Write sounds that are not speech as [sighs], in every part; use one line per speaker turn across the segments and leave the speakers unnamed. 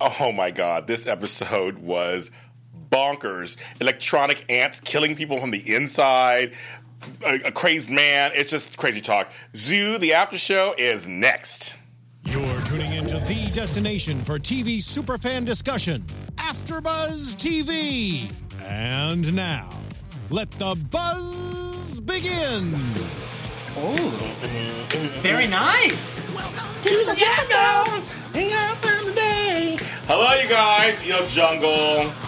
Oh my god, this episode was bonkers. Electronic ants killing people from the inside. A, a crazed man. It's just crazy talk. Zoo, the after show, is next.
You're tuning into the destination for TV superfan discussion, AfterBuzz TV. And now, let the buzz begin.
Very nice.
Hello, you guys. You know, jungle,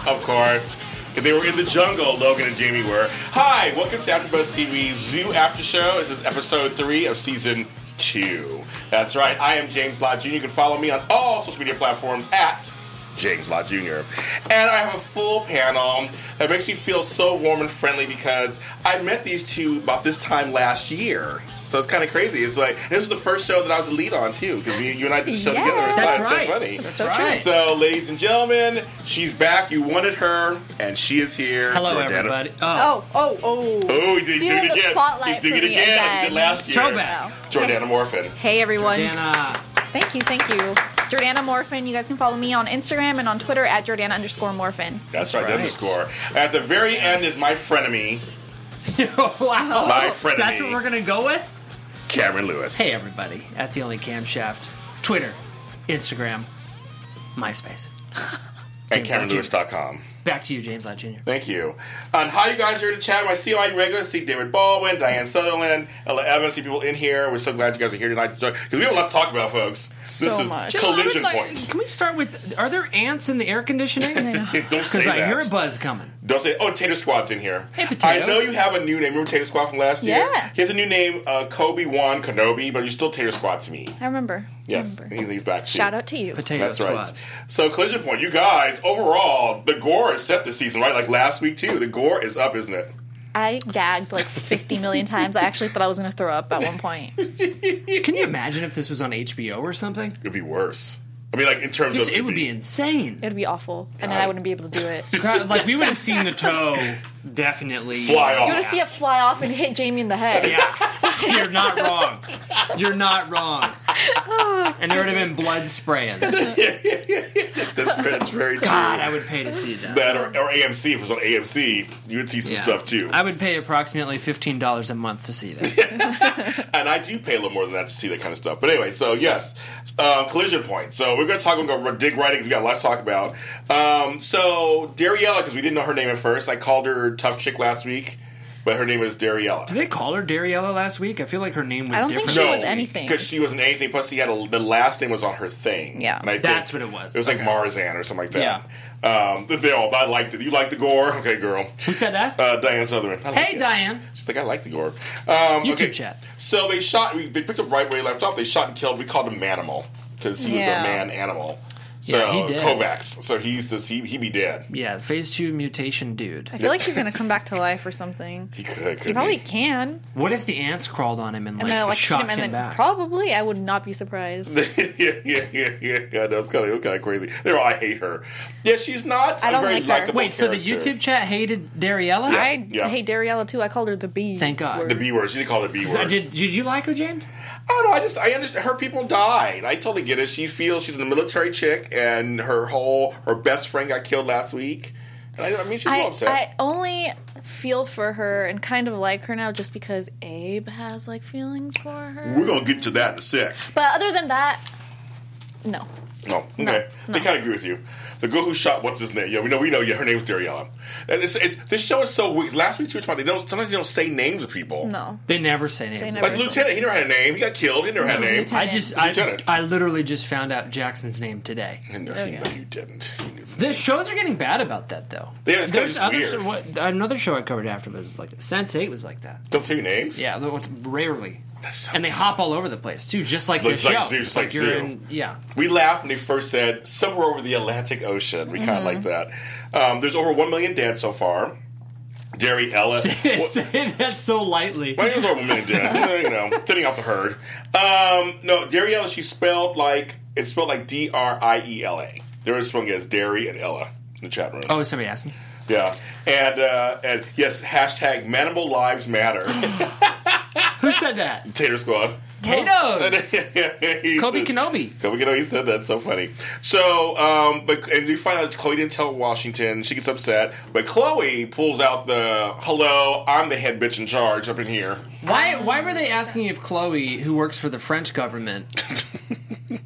of course. If They were in the jungle, Logan and Jamie were. Hi, welcome to AfterBuzz TV Zoo After Show. This is episode three of season two. That's right. I am James Law Jr. You can follow me on all social media platforms at James Law Jr. And I have a full panel that makes me feel so warm and friendly because I met these two about this time last year. So it's kind of crazy. It's like this was the first show that I was the lead on too because you, you and I did the show
Yeah.
together. It's
That's
kinda
right.
funny.
That's
That's
so
right.
So, ladies and gentlemen, she's back. You wanted her, and she is here.
Hello,
Jordana-
everybody.
Oh, oh, oh.
Oh, he did, he
Stealing
did it
the
again.
spotlight
he did
from
it
me
again. He
again.
did last year.
Throwback.
Jordana Morphin.
Hey, everyone.
Jana. [laughs]
Thank you, thank you. Jordana Morphin. You guys can follow me on Instagram and on Twitter at Jordana underscore Morphin.
That's right, the
right.
underscore. At the very end is my frenemy,
wow.
My frenemy.
That's what we're going to go with?
Cameron Lewis.
Hey, everybody. At The Only Camshaft. Twitter, Instagram, MySpace.
and
James Lott Jr.
CameronLewis.com.
Back to you, James Lott Jr.
Thank you. And how you guys are here to chat. I see all my regulars. See David Baldwin, Diane Sutherland, Ella Evans. See people in here. We're so glad you guys are here tonight because we have a lot to talk about, folks. this is
much.
Jill, I would
collision
like-
point.
Can we start with are there ants in the air conditioning? [laughs]
Don't say
Because I
that.
hear a buzz coming.
Don't say, oh, Tater Squad's in here.
Hey, potatoes.
I know you have a new name. Remember Tater Squad from last year?
Yeah.
He has a new name, uh, Kobe Wan Kenobi, but you're still Tater Squad to me.
I remember.
Yes,
I remember.
he- he's back. too.
Shout out to you.
Potato
That's
squad.
right. So, Collision Point, you guys, overall, the gore is set this season, right? Like last week, too. The gore is up, isn't it?
I gagged like 50 million times. I actually thought I was going to throw up at one point.
Can you imagine if this was on HBO or something?
It'd be worse. I mean, like, in terms
This,
of.
it would be insane.
It'd be awful. And then I wouldn't be able to do
[laughs]
it. You
God, like we would have seen the toe definitely
Fly off.
want to see it fly off and hit Jamie in the head.
You're not wrong.
You're not wrong.
And there would have been blood spraying. God,
That's, that's very true.
I would pay to see that.
that or, or AMC, if it was on AMC, you would see some
Yeah.
stuff, too.
I would pay approximately fifteen dollars a month to see that.
and I do pay a little more than that to see that kind of stuff. But anyway, so yes, um, collision point. So we're going to talk. We're going to dig right in because we got a lot to talk about. Um, so Dariella, because we didn't know her name at first, I called her Tough Chick last week, but her name is Dariella.
Did they call her Dariella last week? I feel like her name was
I don't think
different.
she was anything.
because she wasn't anything. Plus, she had a, the last name was on her thing.
Yeah.
And I think
That's what it was.
It was
Okay.
like Marzan or something like that. Yeah, um, they all. I liked it. You like the gore, okay, girl?
Who said that?
Uh, Diane Sutherland. I like
hey
it.
Diane.
She's like, I like the gore. Um,
YouTube
okay.
chat.
So they shot. We, they picked up right where he left off. They shot and killed. We called him Manimal because he
Yeah.
was a man animal. So
Yeah, he did.
Kovacs. So he's just he he be dead.
Yeah, phase two mutation dude.
I feel like she's going to come back to life or something.
He could. could
He probably
be. [laughs]
can.
What if the ants crawled on him and like,
And then, like, hit
shocked
him
him,
and then
back?
probably I would not be surprised.
yeah, yeah, yeah, yeah. yeah that's kind of kind of crazy. They're all, I hate her. Yeah, she's not
I
a
don't
very
like her.
likable.
Wait, so the
character.
YouTube chat hated Dariella?
I
Yeah.
hate Dariella too. I called her the bee.
Thank God.
word.
The B word. She didn't call it a B word.
So did did you like her, James?
I don't know. I just I understand her people died. I totally get it. She feels she's a military chick, and her whole her best friend got killed last week. And I, I mean, she's a
I,
little upset.
I only feel for her and kind of like her now just because Abe has like feelings for her.
We're gonna get to that in a sec.
But other than that, no.
No, okay. They kind of agree with you. The girl who shot what's his name? Yeah, we know. We know. Yeah, her name was Dariella. And it's, it's, this show is so weird. Last week, she was talking. They don't sometimes they don't say names of people.
No.
They never say names.
never-
like Lieutenant, he never had a name. He got killed. He never had a name.
Lieutenant.
I just
You did
I,
it.
I literally just found out Jackson's name today.
And
Oh,
no, he- no, you didn't. You knew.
The shows are getting bad about that, though.
Yeah, it's
There's
kinda
other
weird.
so- what, another show I covered after was like that. Sense Eight was like that.
Don't tell you names.
Yeah, though it's rarely,
That's so
and they hop all over the place too, just like the
Looks like
show.
Zeus,
It's
like
you're
Zeus.
in, yeah.
We laughed when they first said somewhere over the Atlantic Ocean. We kind of like that. Um, there's over one million dead so far. Derry Ella.
[laughs] Saying that so lightly.
My name's Orville Mendez. you know, thinning off the herd. Um, no, Dariella, she spelled like it's spelled like D R I E L A. There is one as Dairy and Ella in the chat room.
Oh, somebody asked me.
Yeah, and uh, and yes, hashtag Manimal Lives Matter.
Who Who
[laughs]
said that?
Tater Squad. [laughs]
Potatoes. Kobe
Kobe
Kenobi.
Kobe Kenobi he oh, said that's so funny. So, um, but and you find out Chloe didn't tell Washington. She gets upset, but Chloe pulls out the "Hello, I'm the head bitch in charge up in here."
Why? Why were they asking if Chloe, who works for the French
[laughs]
government,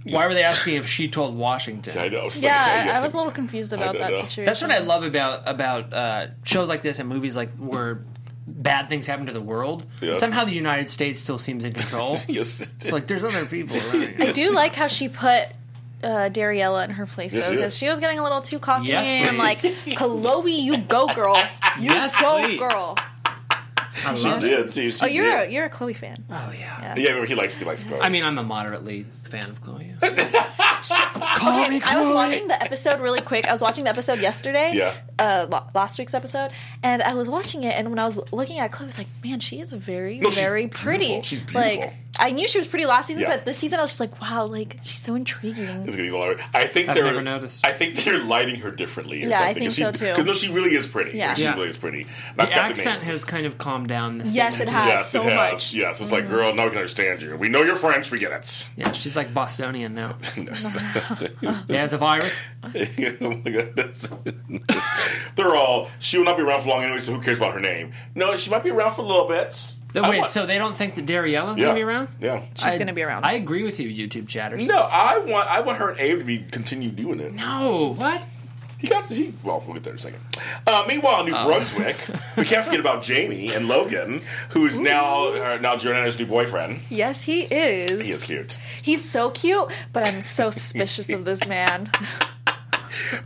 why were they asking if she told Washington?
I know. so- [laughs]
Yeah, I, I was a little confused about
don't
that
know.
situation.
That's what I love about about uh, shows like this and movies like where bad things happen to the world.
Yeah.
Somehow the United States still seems
[laughs]
in control. it's
Yes.
like there's other people around here.
[laughs] I do like how she put uh, Dariella in her place though,
Yes,
'cause
she
though,
did.
because she was getting a little too cocky
Yes,
and like,
please.
Chloe, you go, girl, you
Yes,
go,
please.
girl.
I love it.
Yeah, she, she
Oh, you're a,
did.
you're a Chloe fan.
Oh yeah.
yeah, but he likes he likes Chloe.
I mean, I'm a moderately fan of Chloe.
Okay, Oh, I was watching the episode really quick. I was watching the episode yesterday,
Yeah.
uh, lo- last week's episode, and I was watching it. And when I was looking at Chloe, I was like, "Man, she is very,
No, she's
very pretty."
beautiful. She's beautiful.
Like, I knew she was pretty last season,
Yeah.
but this season I was just like, "Wow, like she's so intriguing."
It's gonna be elaborate. I think
I've
they're.
never noticed.
I think they're lighting her differently. Or
Yeah, I
something.
think so, too.
Because no, she really is pretty.
Yeah.
she
Yeah.
really is pretty. And I've
The
got
accent
name.
has kind of calmed down this
Yes,
season.
it has
Yes,
so
it has.
much. Mm-hmm.
Yes, it's like, girl, now we can understand you. We know you're French. We get it.
Yeah, she's like
[laughs]
Bostonian now. [laughs]
No.
It has a virus.
[laughs] oh my god, that's. [laughs] They're all. She will not be around for long anyway, so who cares about her name? No, she might be around for a little bit.
No,
I
Oh, wait,
want-
so they don't think that Dariella's
yeah,
gonna be around?
Yeah.
She's gonna be around.
I agree with you, YouTube chatters.
No, I want. I want her and Abe to be continue doing it.
No, what?
He got. He, well, we'll get there in a second. Uh, meanwhile, in New
Oh.
Brunswick, we can't forget about Jamie and Logan, who is now uh, now Giordano's new boyfriend.
yes, he is.
He is cute,
He's so cute, but I'm
[laughs]
so suspicious of this man.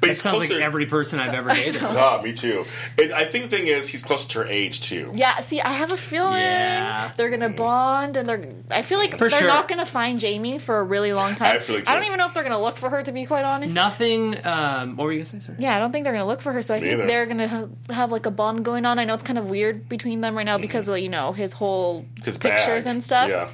but
It
he's
sounds like
closer-
every person I've
[laughs]
ever dated.
Ah, me too. And I think the thing is, he's close to her age too.
Yeah, see, I have a feeling
Yeah.
they're
Mm.
gonna bond, and they're. I feel like
For
they're
sure.
not gonna find Jamie for a really long time.
I feel like
I
so.
don't even know if they're gonna look for her. To be quite honest,
Nothing. Um, what were you gonna say? Sorry.
Yeah, I don't think they're gonna look for her. So I think
either.
they're gonna ha- have like a bond going on. I know it's kind of weird between them right now because like, you know his whole
Mm-hmm. His bag.
pictures and stuff.
Yeah.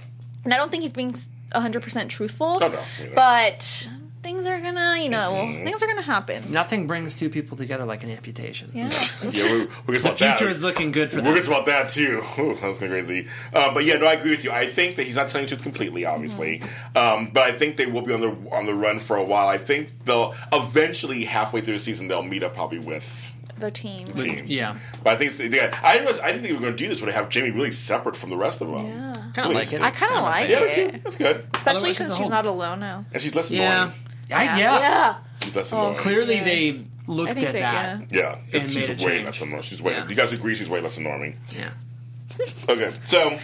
And I don't think he's being hundred percent truthful.
Oh, no, Mm-hmm. you know.
But things are gonna, you know, things are gonna happen.
Nothing brings two people together like an amputation.
[laughs] Yeah, we, we're
The
about that.
future is looking good for
We're
them.
going to talk about that too. Ooh, that was kind of crazy. Uh, but yeah, no, I agree with you. I think that he's not telling the truth completely, obviously.
Mm-hmm.
Um, but I think they will be on the on the run for a while. I think they'll eventually, halfway through the season, they'll meet up probably with
The team.
the team.
Yeah.
But I think it's- yeah, I was I didn't think we were going to do this. Would have Jamie really separate from the rest of them?
Yeah.
Kind of like it.
I kind of like
Yeah,
it,
too. That's good.
especially
Otherwise, it's
since
a
she's
whole-
not alone now.
And she's less annoying.
Yeah. I, yeah.
yeah.
She's less
Oh,
annoying.
Clearly,
Yeah.
they
I
looked
think
at
that,
that.
yeah.
Yeah,
And
she's
made a
way
change.
less annoying. She's way.
Yeah.
You guys agree? She's way less annoying.
Yeah.
Okay, so,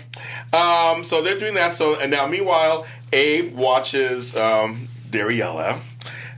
um, so they're doing that. So, and now meanwhile, Abe watches um, Dariella,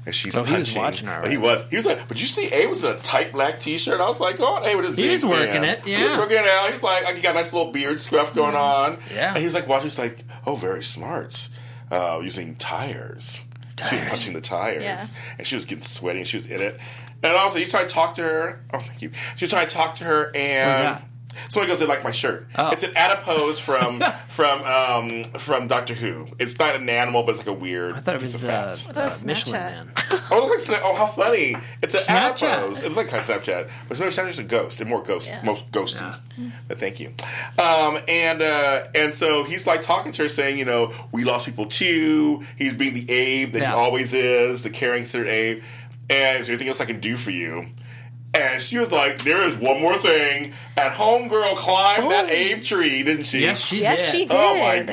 and she's
So he was
punching.
watching her,
Oh, He
right?
was. He was like, but you see, Abe was in a tight black T-shirt. I was like, oh, Abe with his.
He
big
is working
man.
it,
He's
yeah. Mm-hmm.
working it out. He's like, I got a nice little beard scruff going on.
Yeah.
and he was like watching. He's like, oh, very smart, uh, using tires. She was
Tires.
punching the tires,
Yeah.
and she was getting sweaty, and she was in it. And also, he tried to talk to her. Oh, thank you. She was trying to talk to her, and
was that? Oh.
Someone goes, "They like my shirt." It's an adipose from
[laughs]
from um, from Doctor Who. It's not an animal, but it's like a weird.
I thought it
piece
was
of
the
fat.
uh,
was
Michelin
Snapchat.
man.
Oh, it's like Sna- oh, how funny! It's an
Snapchat.
adipose. It was like kind of Snapchat, but it's Snapchat's a ghost. They're more ghost,
Yeah.
most ghosty. But thank you. Um, and uh, and so he's like talking to her, saying, you know, we lost people too. He's being the Abe that
Yeah.
he always is, the caring sort of Abe. And is there anything else I can do for you? And she was like, "There is one more thing." And homegirl climbed that Abe tree, didn't she?
Yes, she
Yes,
did.
she did.
Oh my god!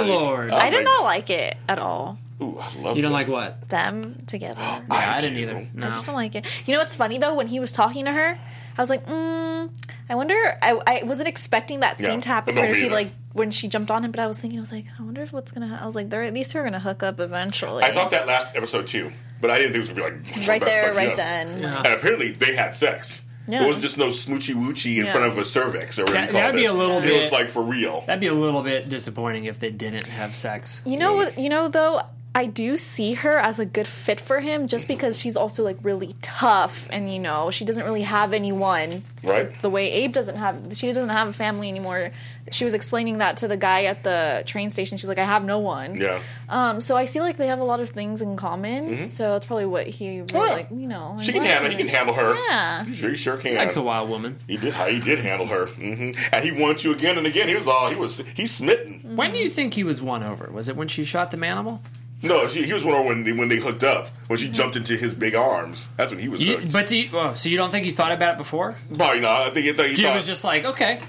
I was like-
lord.
was
I did
like,
not like it at all.
Ooh, I love
You don't like what?
Them
[gasps]
together. [gasps]
I, didn't
do.
either. No.
I just don't like it. You know what's funny though? When he was talking to her, I was like, mm, I wonder. I, I wasn't expecting that scene
Yeah,
to happen.
I don't
Where he
either.
like when she jumped on him, but I was thinking, I was like, I wonder if what's gonna. ha- I was like, they're these two are gonna hook up eventually.
I thought that last episode too, but I didn't think it was gonna be like
right there,
like,
right
yes.
then.
Yeah.
And apparently, they had sex.
Yeah.
It wasn't just no smoochy woochy in
Yeah.
front of a cervix or whatever.
That-
you called
that'd be
it.
a little
It
bit-
was like for real.
That'd be a little bit disappointing if they didn't have sex.
You know what? You know though. I do see her as a good fit for him just
Mm-hmm.
because she's also like really tough and you know, she doesn't really have anyone
right?
the way Abe doesn't have she doesn't have a family anymore. She was explaining that to the guy at the train station. She's like, I have no one.
Yeah.
Um, so I see like they have a lot of things in common. So that's probably what he really,
yeah.
like, you know.
Mm-hmm. She can
likes
handle. He
her.
can handle her.
Yeah.
Sure, he sure can.
That's a wild woman.
He did. He did handle her. hmm And he wants you again and again. He was all. He was. He's smitten.
When do you think he was won over? Was it when she shot the manimal?
No, she, he was one of when they, when they hooked up. When
Mm-hmm.
she jumped into his big arms. That's when he was.
You,
hooked.
but do you, oh, so you don't think he thought about it before?
probably not. I think he thought he
He
thought,
was just like, okay,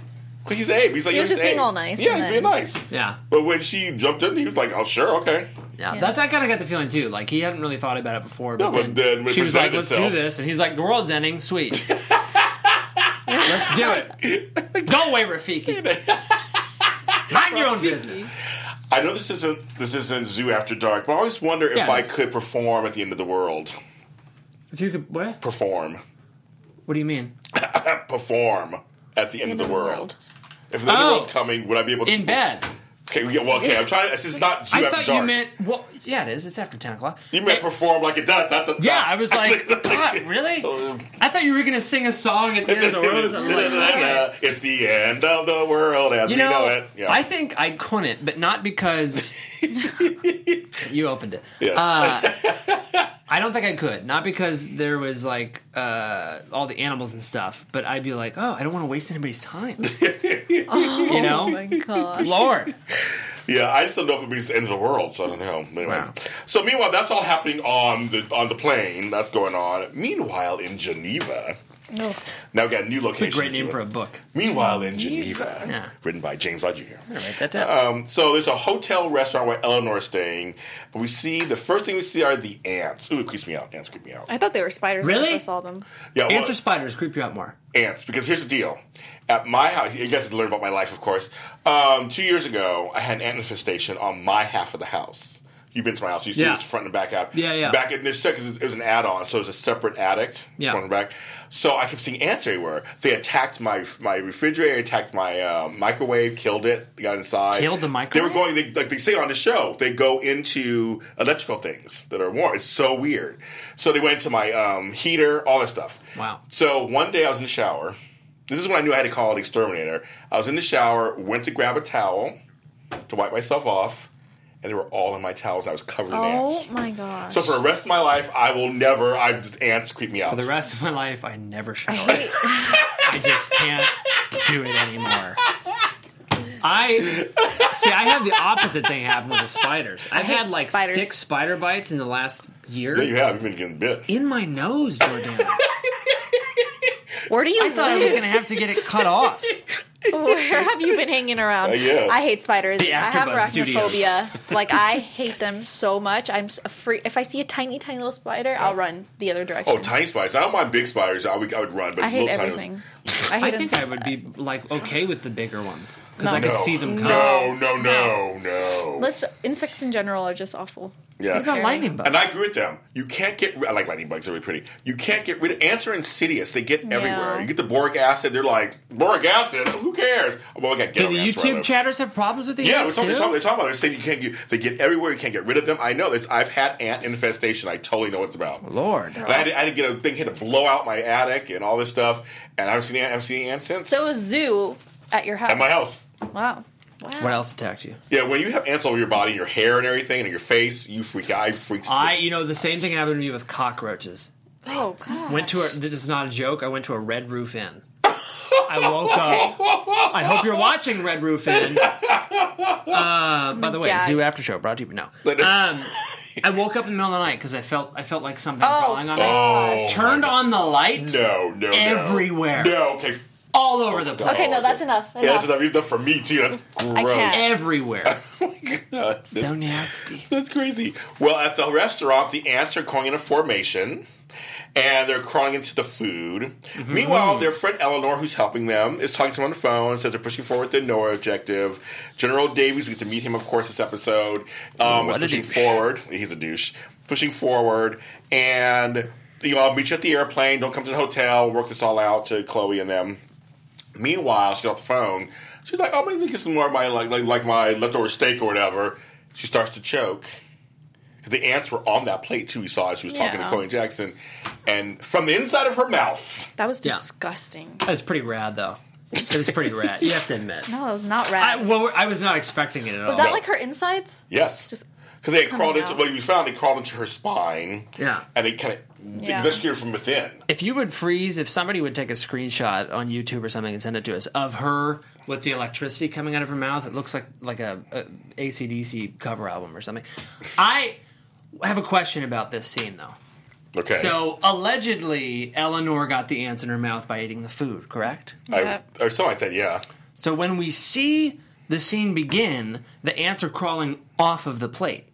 Cause he's Abe. He's like
He was
he's
just being
Abe.
all nice,
Yeah,
and
he's
then-
being nice.
yeah,
But when she jumped in, he was like, "Oh, sure, okay."
yeah. That's I kind of got the feeling too. Like he hadn't really thought about it before. But,
No, but
then,
then it
she was like,
presented
let's
itself.
do this, and he's like, the world's
[laughs]
ending, sweet. let's do it.
[laughs]
Go away, Rafiki. Mind your own business.
I know this isn't this isn't Zoo After Dark, but I always wonder if
Yeah,
I
that's-
could perform at the end of the world.
If you could, what?
Perform,
What do you mean?
perform at the end of the world. If the end of
Oh.
the world's coming, would I be able to?
In bed.
Okay, yeah, well, okay. I'm trying. This is not Zoo
[laughs] I
After
thought
Dark.
you meant. Well, yeah, it is. It's after ten o'clock.
You meant
It-
perform like a da da da. da.
Yeah, I
[laughs]
was like, God, really?
Oh.
I thought you were gonna sing a song at the end of the rose. I'm
[laughs]
like, okay.
It's the end of the world as
You
we know,
know,
it. Yeah.
I think I couldn't, but
[laughs]
not because you opened it.
yes.
I don't think I could, not because there was like uh, all the animals and stuff, but I'd be like, oh, I don't want to waste anybody's time.
[laughs]
[laughs] you
Oh
know,
my gosh.
Lord,
Yeah, I just don't know if it means the end of the world, so I don't know. Anyway.
Wow.
So meanwhile, that's all happening on the on the plane. That's going on. Meanwhile, in Geneva,
Ugh.
now we got a new location.
great name
to
for
it.
a book.
Meanwhile, in Geneva,
Yeah.
written by James Lodge Jr.
I'm gonna write that down.
Um, so there's a hotel restaurant where Eleanor's staying, but we see the first thing we see are the ants. Ooh, it creeps me out. Ants creep me out.
I thought they were spiders when I
Really?
first saw them.
Yeah, well,
Ants or spiders creep you out more.
ants because here's the deal at my house you guys have learned about my life of course um, two years ago i had an ant infestation on my half of the house you've been to my house you see
Yeah.
this front and back out
Yeah, yeah.
back in this because it was an add-on so it was a separate attic
Yeah.
front and back so i kept seeing ants everywhere they attacked my my refrigerator attacked my uh, microwave killed it got inside
Killed the
they
microwave?
were going they, like they say on the show they go into electrical things that are warm it's so weird so they went to my um, heater all that stuff
Wow.
so one day I was in the shower. This is when I knew I had to call an exterminator. I was in the shower, went to grab a towel to wipe myself off, and they were all in my towels. And I was covered in
Oh
ants.
my gosh.
So for the rest of my life, I will never. I just ants creep me out.
For the rest of my life, I never [laughs] shower. I just can't do it anymore. I see. I have the opposite thing happen with the spiders. I've had like
spiders.
six spider bites in the last year
yeah, you have. You've been getting bit.
in my nose, Jordan.
[laughs] Where do you
I thought I was
live?
going to have to get it cut off.
[laughs] Where have you been hanging around?
Uh, yeah.
I hate spiders. I
The
have
AfterBuzz studios.
[laughs] arachnophobia. like I hate them so much. I'm s- afraid if I see a tiny, tiny little spider, I'll run the other direction.
Oh, tiny spiders. I don't mind big spiders. I would, I would run, but
I hate
little tiny
everything.
ones-
I hate
I think I
insects.
would be like okay with the bigger ones because
No.
I could
No.
see them coming.
No, no, no, no.
Let's insects in general are just awful.
yeah.
It's not lightning bugs.
And I agree with them. You can't get. ri- I like lightning bugs; they're really pretty. You can't get rid of ants are insidious. They get everywhere. You get the boric acid. They're like boric acid. Who cares? Well, I got
Do
ghetto
the
ants where I
YouTube
live.
chatters have problems with the
Yeah, we're
ants
talking, they're
too?
talking, they're talking about. it. They're saying you can't. Get, they get everywhere. You can't get rid of them. I know this. I've had ant infestation. I totally know what it's about.
Lord,
And I, had to, I had to get a thing had to blow out my attic and all this stuff. And I've seen ant- I've seen ants since
So a zoo at your house.
at my house.
Wow. Wow.
what else attacked you?
Yeah, when you have ants all over your body, your hair and everything, and your face, you freak out. I freak.
I, you know, the same thing happened to me with cockroaches.
Oh god.
Went to a. This is not a joke. I went to a Red Roof Inn.
[laughs]
I woke up. I hope you're watching Red
[laughs]
Roof Inn. Uh, by the way,
God.
Zoo After Show brought to you. No,
uh,
um, I woke up in the middle of the night because I felt I felt like something
Oh,
crawling on me.
Oh,
Turned on the light.
no, no, no.
Everywhere.
No, okay.
all over the place.
Okay, no, that's enough.
Yeah,
enough.
that's enough. Enough for me too. That's gross.
can't.
Everywhere.
That's,
nasty.
that's crazy. Well, at the restaurant, the ants are crawling in a formation, and they're crawling into the food.
Mm-hmm.
Meanwhile, their friend Eleanor, who's helping them, is talking to them on the phone. Says they're pushing forward their NOAA objective. General Davies, we get to meet him, of course, this episode. Um,
What a
is pushing
douche.
forward. He's a douche. Pushing forward, and you know, I'll meet you at the airplane. Don't come to the hotel. Work this all out to Chloe and them. Meanwhile, she got the phone. She's like, "Oh, maybe get some more of my like, like like my leftover steak or whatever." She starts to choke, The ants were on that plate too. We saw as she was talking to
Yeah.
Chloe Jackson, and from the inside of her mouth,
That was
Yeah.
disgusting.
That was pretty rad, though. It was pretty rad. You have to admit.
No, that was not
I,
rat.
well, I was not expecting it at all.
was that like her insides?
yes,
Just
because they had crawled
coming
into.
out.
Well, we found they crawled into her spine.
Yeah.
and they kind of
Yeah.
investigated from within.
if you would freeze, if somebody would take a screenshot on YouTube or something and send it to us of her with the electricity coming out of her mouth, it looks like like a, a ACDC cover album or something. I have a question about this scene though.
Okay,
So allegedly, Eleanor got the ants in her mouth by eating the food, correct?
I,
Yep.
or something like that. Yeah,
So when we see the scene begin, the ants are crawling off of the plate.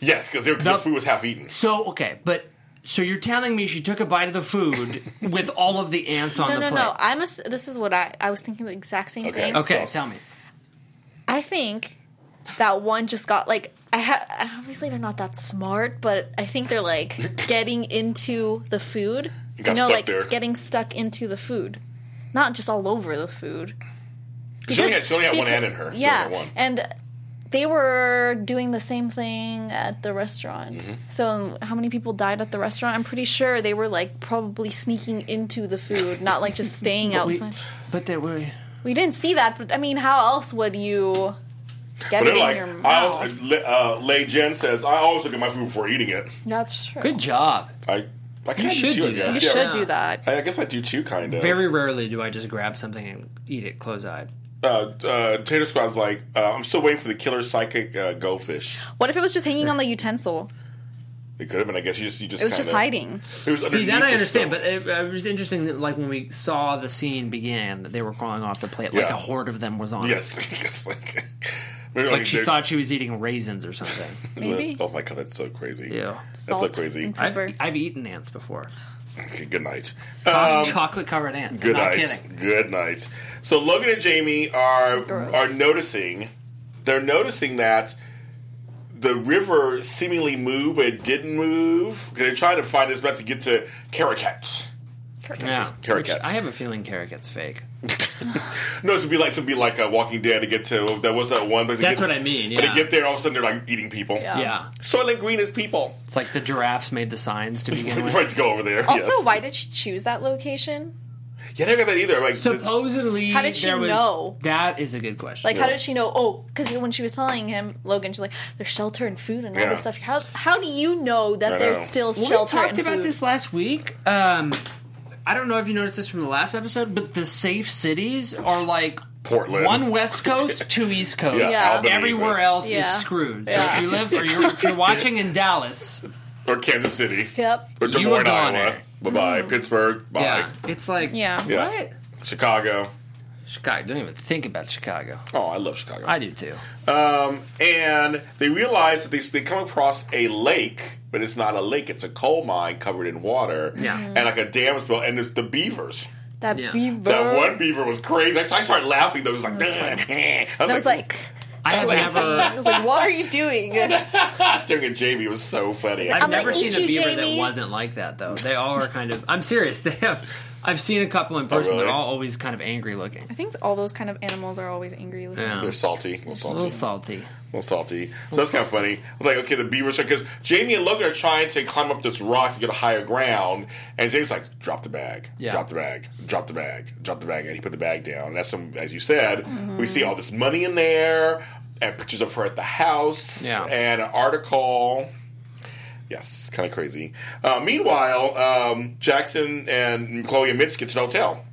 yes, because the
Now-
food was half eaten.
So okay, but so you're telling me she took a bite of the
[laughs]
food with all of the ants on
No,
the
no,
plate?
no. I'm. ass- This is what I. I was thinking the exact same
Okay.
thing.
Okay, tell me.
I think that one just got like I have obviously they're not that smart, but I think
[laughs]
they're like getting into the food.
It got
you know,
stuck
like
there.
it's getting stuck into the food, not just all over the food.
She only had, she only had one
beca-
ant in her. She only
Yeah,
had one.
and they were doing the same thing at the restaurant.
Mm-hmm.
So how many people died at the restaurant? I'm pretty sure they were like probably sneaking into the food, not
[laughs]
like just staying
We-
outside.
but there were.
We didn't see that, but I mean, how else would you get
But they're
it in
like,
your
I
mouth?
always, uh, Lay Jen says, I always look at my food before eating it.
That's true.
Good job.
I, I kind of do
should
too, I
do
guess.
that.
You
yeah,
should
right.
do that.
I, I guess I do too, kind of.
Very rarely do I just grab something and eat it close-eyed.
Uh, uh, Tater Squad's like, uh, I'm still waiting for the killer psychic uh, goldfish.
What if it was just hanging on the utensil?
It could have been, I guess. You just, you just
It was
kinda,
just hiding.
It was
See,
underneath
that I
the stone.
understand, but it, it was interesting that, like, when we saw the scene begin, that they were crawling off the plate, like
Yeah.
a horde of them was on.
yes, [laughs] yes, like, maybe
it. Like, she
they're-
thought she was eating raisins or
[laughs]
something.
Maybe.
Oh my god, that's so crazy.
Yeah.
that's so
Salt
crazy.
and
I've,
Pepper.
I've eaten ants before.
Okay, good night.
Chocolate covered ants.
Um, Good
I'm not
night.
kidding.
Good night. So Logan and Jamie are
Gross.
are noticing. They're noticing that the river seemingly moved, but it didn't move. They're trying to find it's about to get to Caracat.
Yeah.
Carrot
Which
cats.
I have a feeling carrot cat's fake.
No, it would be like to be like a Walking Dead to get to that was that one. But
That's what I mean,
But
yeah.
they get there, all of a sudden they're like eating people.
Yeah.
Yeah.
Soylent Green is people.
It's like the giraffes made the signs to
[laughs]
begin with.
right to go over there.
Also,
yes.
why did she choose that location?
Yeah, I never got that either. Like,
Supposedly,
How did she
there was,
know?
That is a good question.
Like, how did she know? Oh, because when she was telling him, Logan, she's like, "There's shelter and food and all
Yeah.
this stuff." How how do you know that
I
there's
know.
still
Well,
shelter
we talked
and
about
food?
this last week. Um, I don't know if you noticed this from the last episode, but the safe cities are like
Portland. [laughs]
one West Coast, two East Coast.
Yeah,
Yeah.
Albany,
Everywhere
but-
else is
Yeah.
screwed. So
Yeah.
if you live or you're,
[laughs]
if you're watching in Dallas,
or Kansas City,
Yep. Mm.
or Des
You were
Moines,
gone
Iowa.
there.
Bye bye. Pittsburgh. Bye.
yeah, it's like
Yeah.
Yeah.
what?
Chicago.
Chicago. Don't even think about Chicago.
Oh, I love Chicago.
I do too.
Um, and they realize that they, they come across a lake, but it's not a lake; it's a coal mine covered in water,
Yeah.
Mm-hmm.
and like a dam spill. And it's the beavers.
That
Yeah.
beaver.
That one beaver was crazy. I, I started laughing. Though it was like, I was,
That was [laughs] like,
I have
I [laughs]
never.
was like, "What are you [laughs] doing?"
"Ah, staring at Jamie. It was so funny.
I've
I'm gonna
never
eat
seen a
you,
beaver
Jamie.
that wasn't like that though. They all are kind of. I'm serious. [laughs] They have. I've seen a couple in person.
Oh, really?
They're all always kind of angry looking.
I think all those kind of animals are always angry. looking.
Yeah.
They're salty, a little
A
salty,
little salty.
a little salty. So that's kind of funny. I was like, okay, the beavers are because Jamie and Logan are trying to climb up this rock to get to higher ground, and Jamie's like, drop the bag,
Yeah.
drop the bag, drop the bag, drop the bag, and he put the bag down. And that's some, as you said, we see all this money in there and pictures of her at the house,
Yeah.
and an article. Yes, kind of crazy. Uh, meanwhile, um, Jackson and Chloe and Mitch get to the hotel.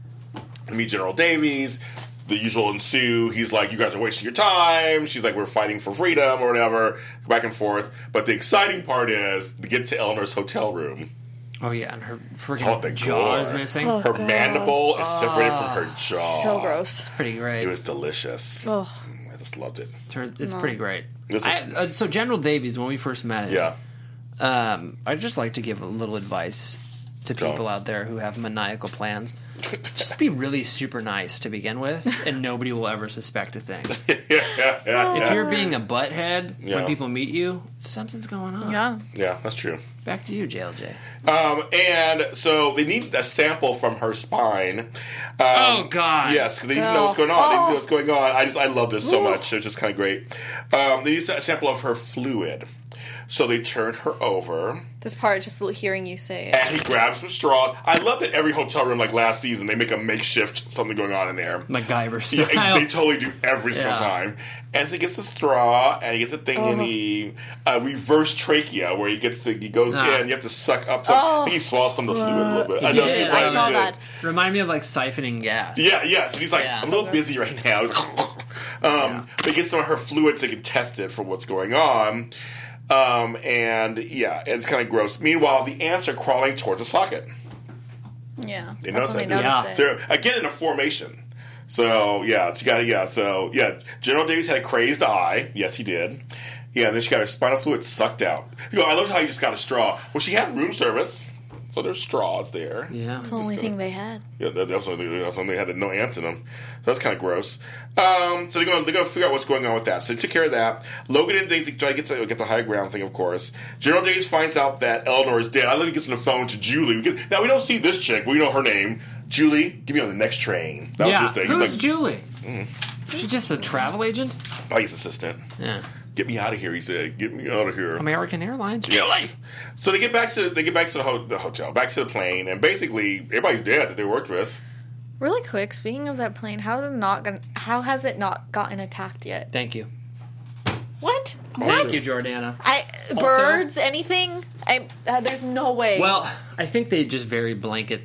They meet General Davies. The usual ensue. He's like, "You guys are wasting your time." She's like, "We're fighting for freedom or whatever." Back and forth. But the exciting part is to get to Eleanor's hotel room.
Oh yeah, and her
Oh, the
freaking jaw is
gore.
missing.
Her mandible is separated from her jaw.
Oh, Ah. So gross.
Pretty great.
It was delicious. Mm,
Ugh.
I just loved it.
Turns- it's pretty great.
It's a-
I- uh, so General Davies, when we first met him,
Yeah. [laughs]
um, I'd just like to give a little advice to
Go.
people out there who have
[laughs]
maniacal plans. just be really super nice to begin with, and nobody will ever suspect a thing.
Oh.
If you're being a butthead
Yeah.
when people meet you, something's going on.
Yeah.
Yeah, that's true.
Back to you, JLJ.
Um, and so they need a sample from her spine. Um,
Oh, God.
Yes, because they need to know what's going on. They need to know what's going on. I just I love this so much. It's just kind of great. Um, they need a sample of her fluid. So they turned her over,
This part, just hearing you say it.
and he grabs some straw. I love that every hotel room, like last season, they make a makeshift something going on in there.
MacGyver style.
Yeah, they totally do every single
Yeah. Uh-huh.
time. And so he gets the straw, and he gets a thing in the uh, reverse trachea, where he gets the, he goes
Ah.
in, you have to suck up. The, I
Oh.
think he swallows some of the fluid a little bit. I
He
know
did,
that's
I
what
saw
did.
that.
Remind me of like siphoning gas.
Yeah, yeah. So he's like,
Yeah.
I'm a little busy right now. [laughs] um, But he gets some of her fluids so he can test it for what's going on. Um, and yeah, it's kind of gross. Meanwhile, the ants are crawling towards the socket.
Yeah.
They
That's
notice
when
that.
they
dude.
noticed it.
They're again in a formation. So yeah, she got yeah. So yeah, General Davies had a crazed eye. Yes, he did. Yeah, and then she got her spinal fluid sucked out. You know, I love how you just got a straw. Well, she had room service, so there's straws there.
Yeah.
It's the only thing they had.
Yeah, that, that's something that's something they had no ants in them. So that's kind of gross. Um, so they're going to figure out what's going on with that. So they took care of that. Logan and Daisy try to get, to get the high ground thing, of course. General Days finds out that Eleanor is dead. I literally gets on the phone to Julie. We get- now, we don't see this chick, but we know her name. Julie, get me on the next train. That
yeah.
was his thing. He's
Who's
like, mm.
Julie? She's just a travel agent.
oh, he's assistant.
Yeah.
Get me out of here, he said. Get me out of here.
American Airlines.
Yes. So they get back to they get back to the, ho- the hotel, back to the plane, and basically everybody's dead that they worked with.
Really quick, speaking of that plane, how is it not gonna, how has it not gotten attacked yet?
Thank you.
What?
Oh,
Thank you, Jordana.
I birds anything? I uh, there's no way.
Well, I think they just very blanket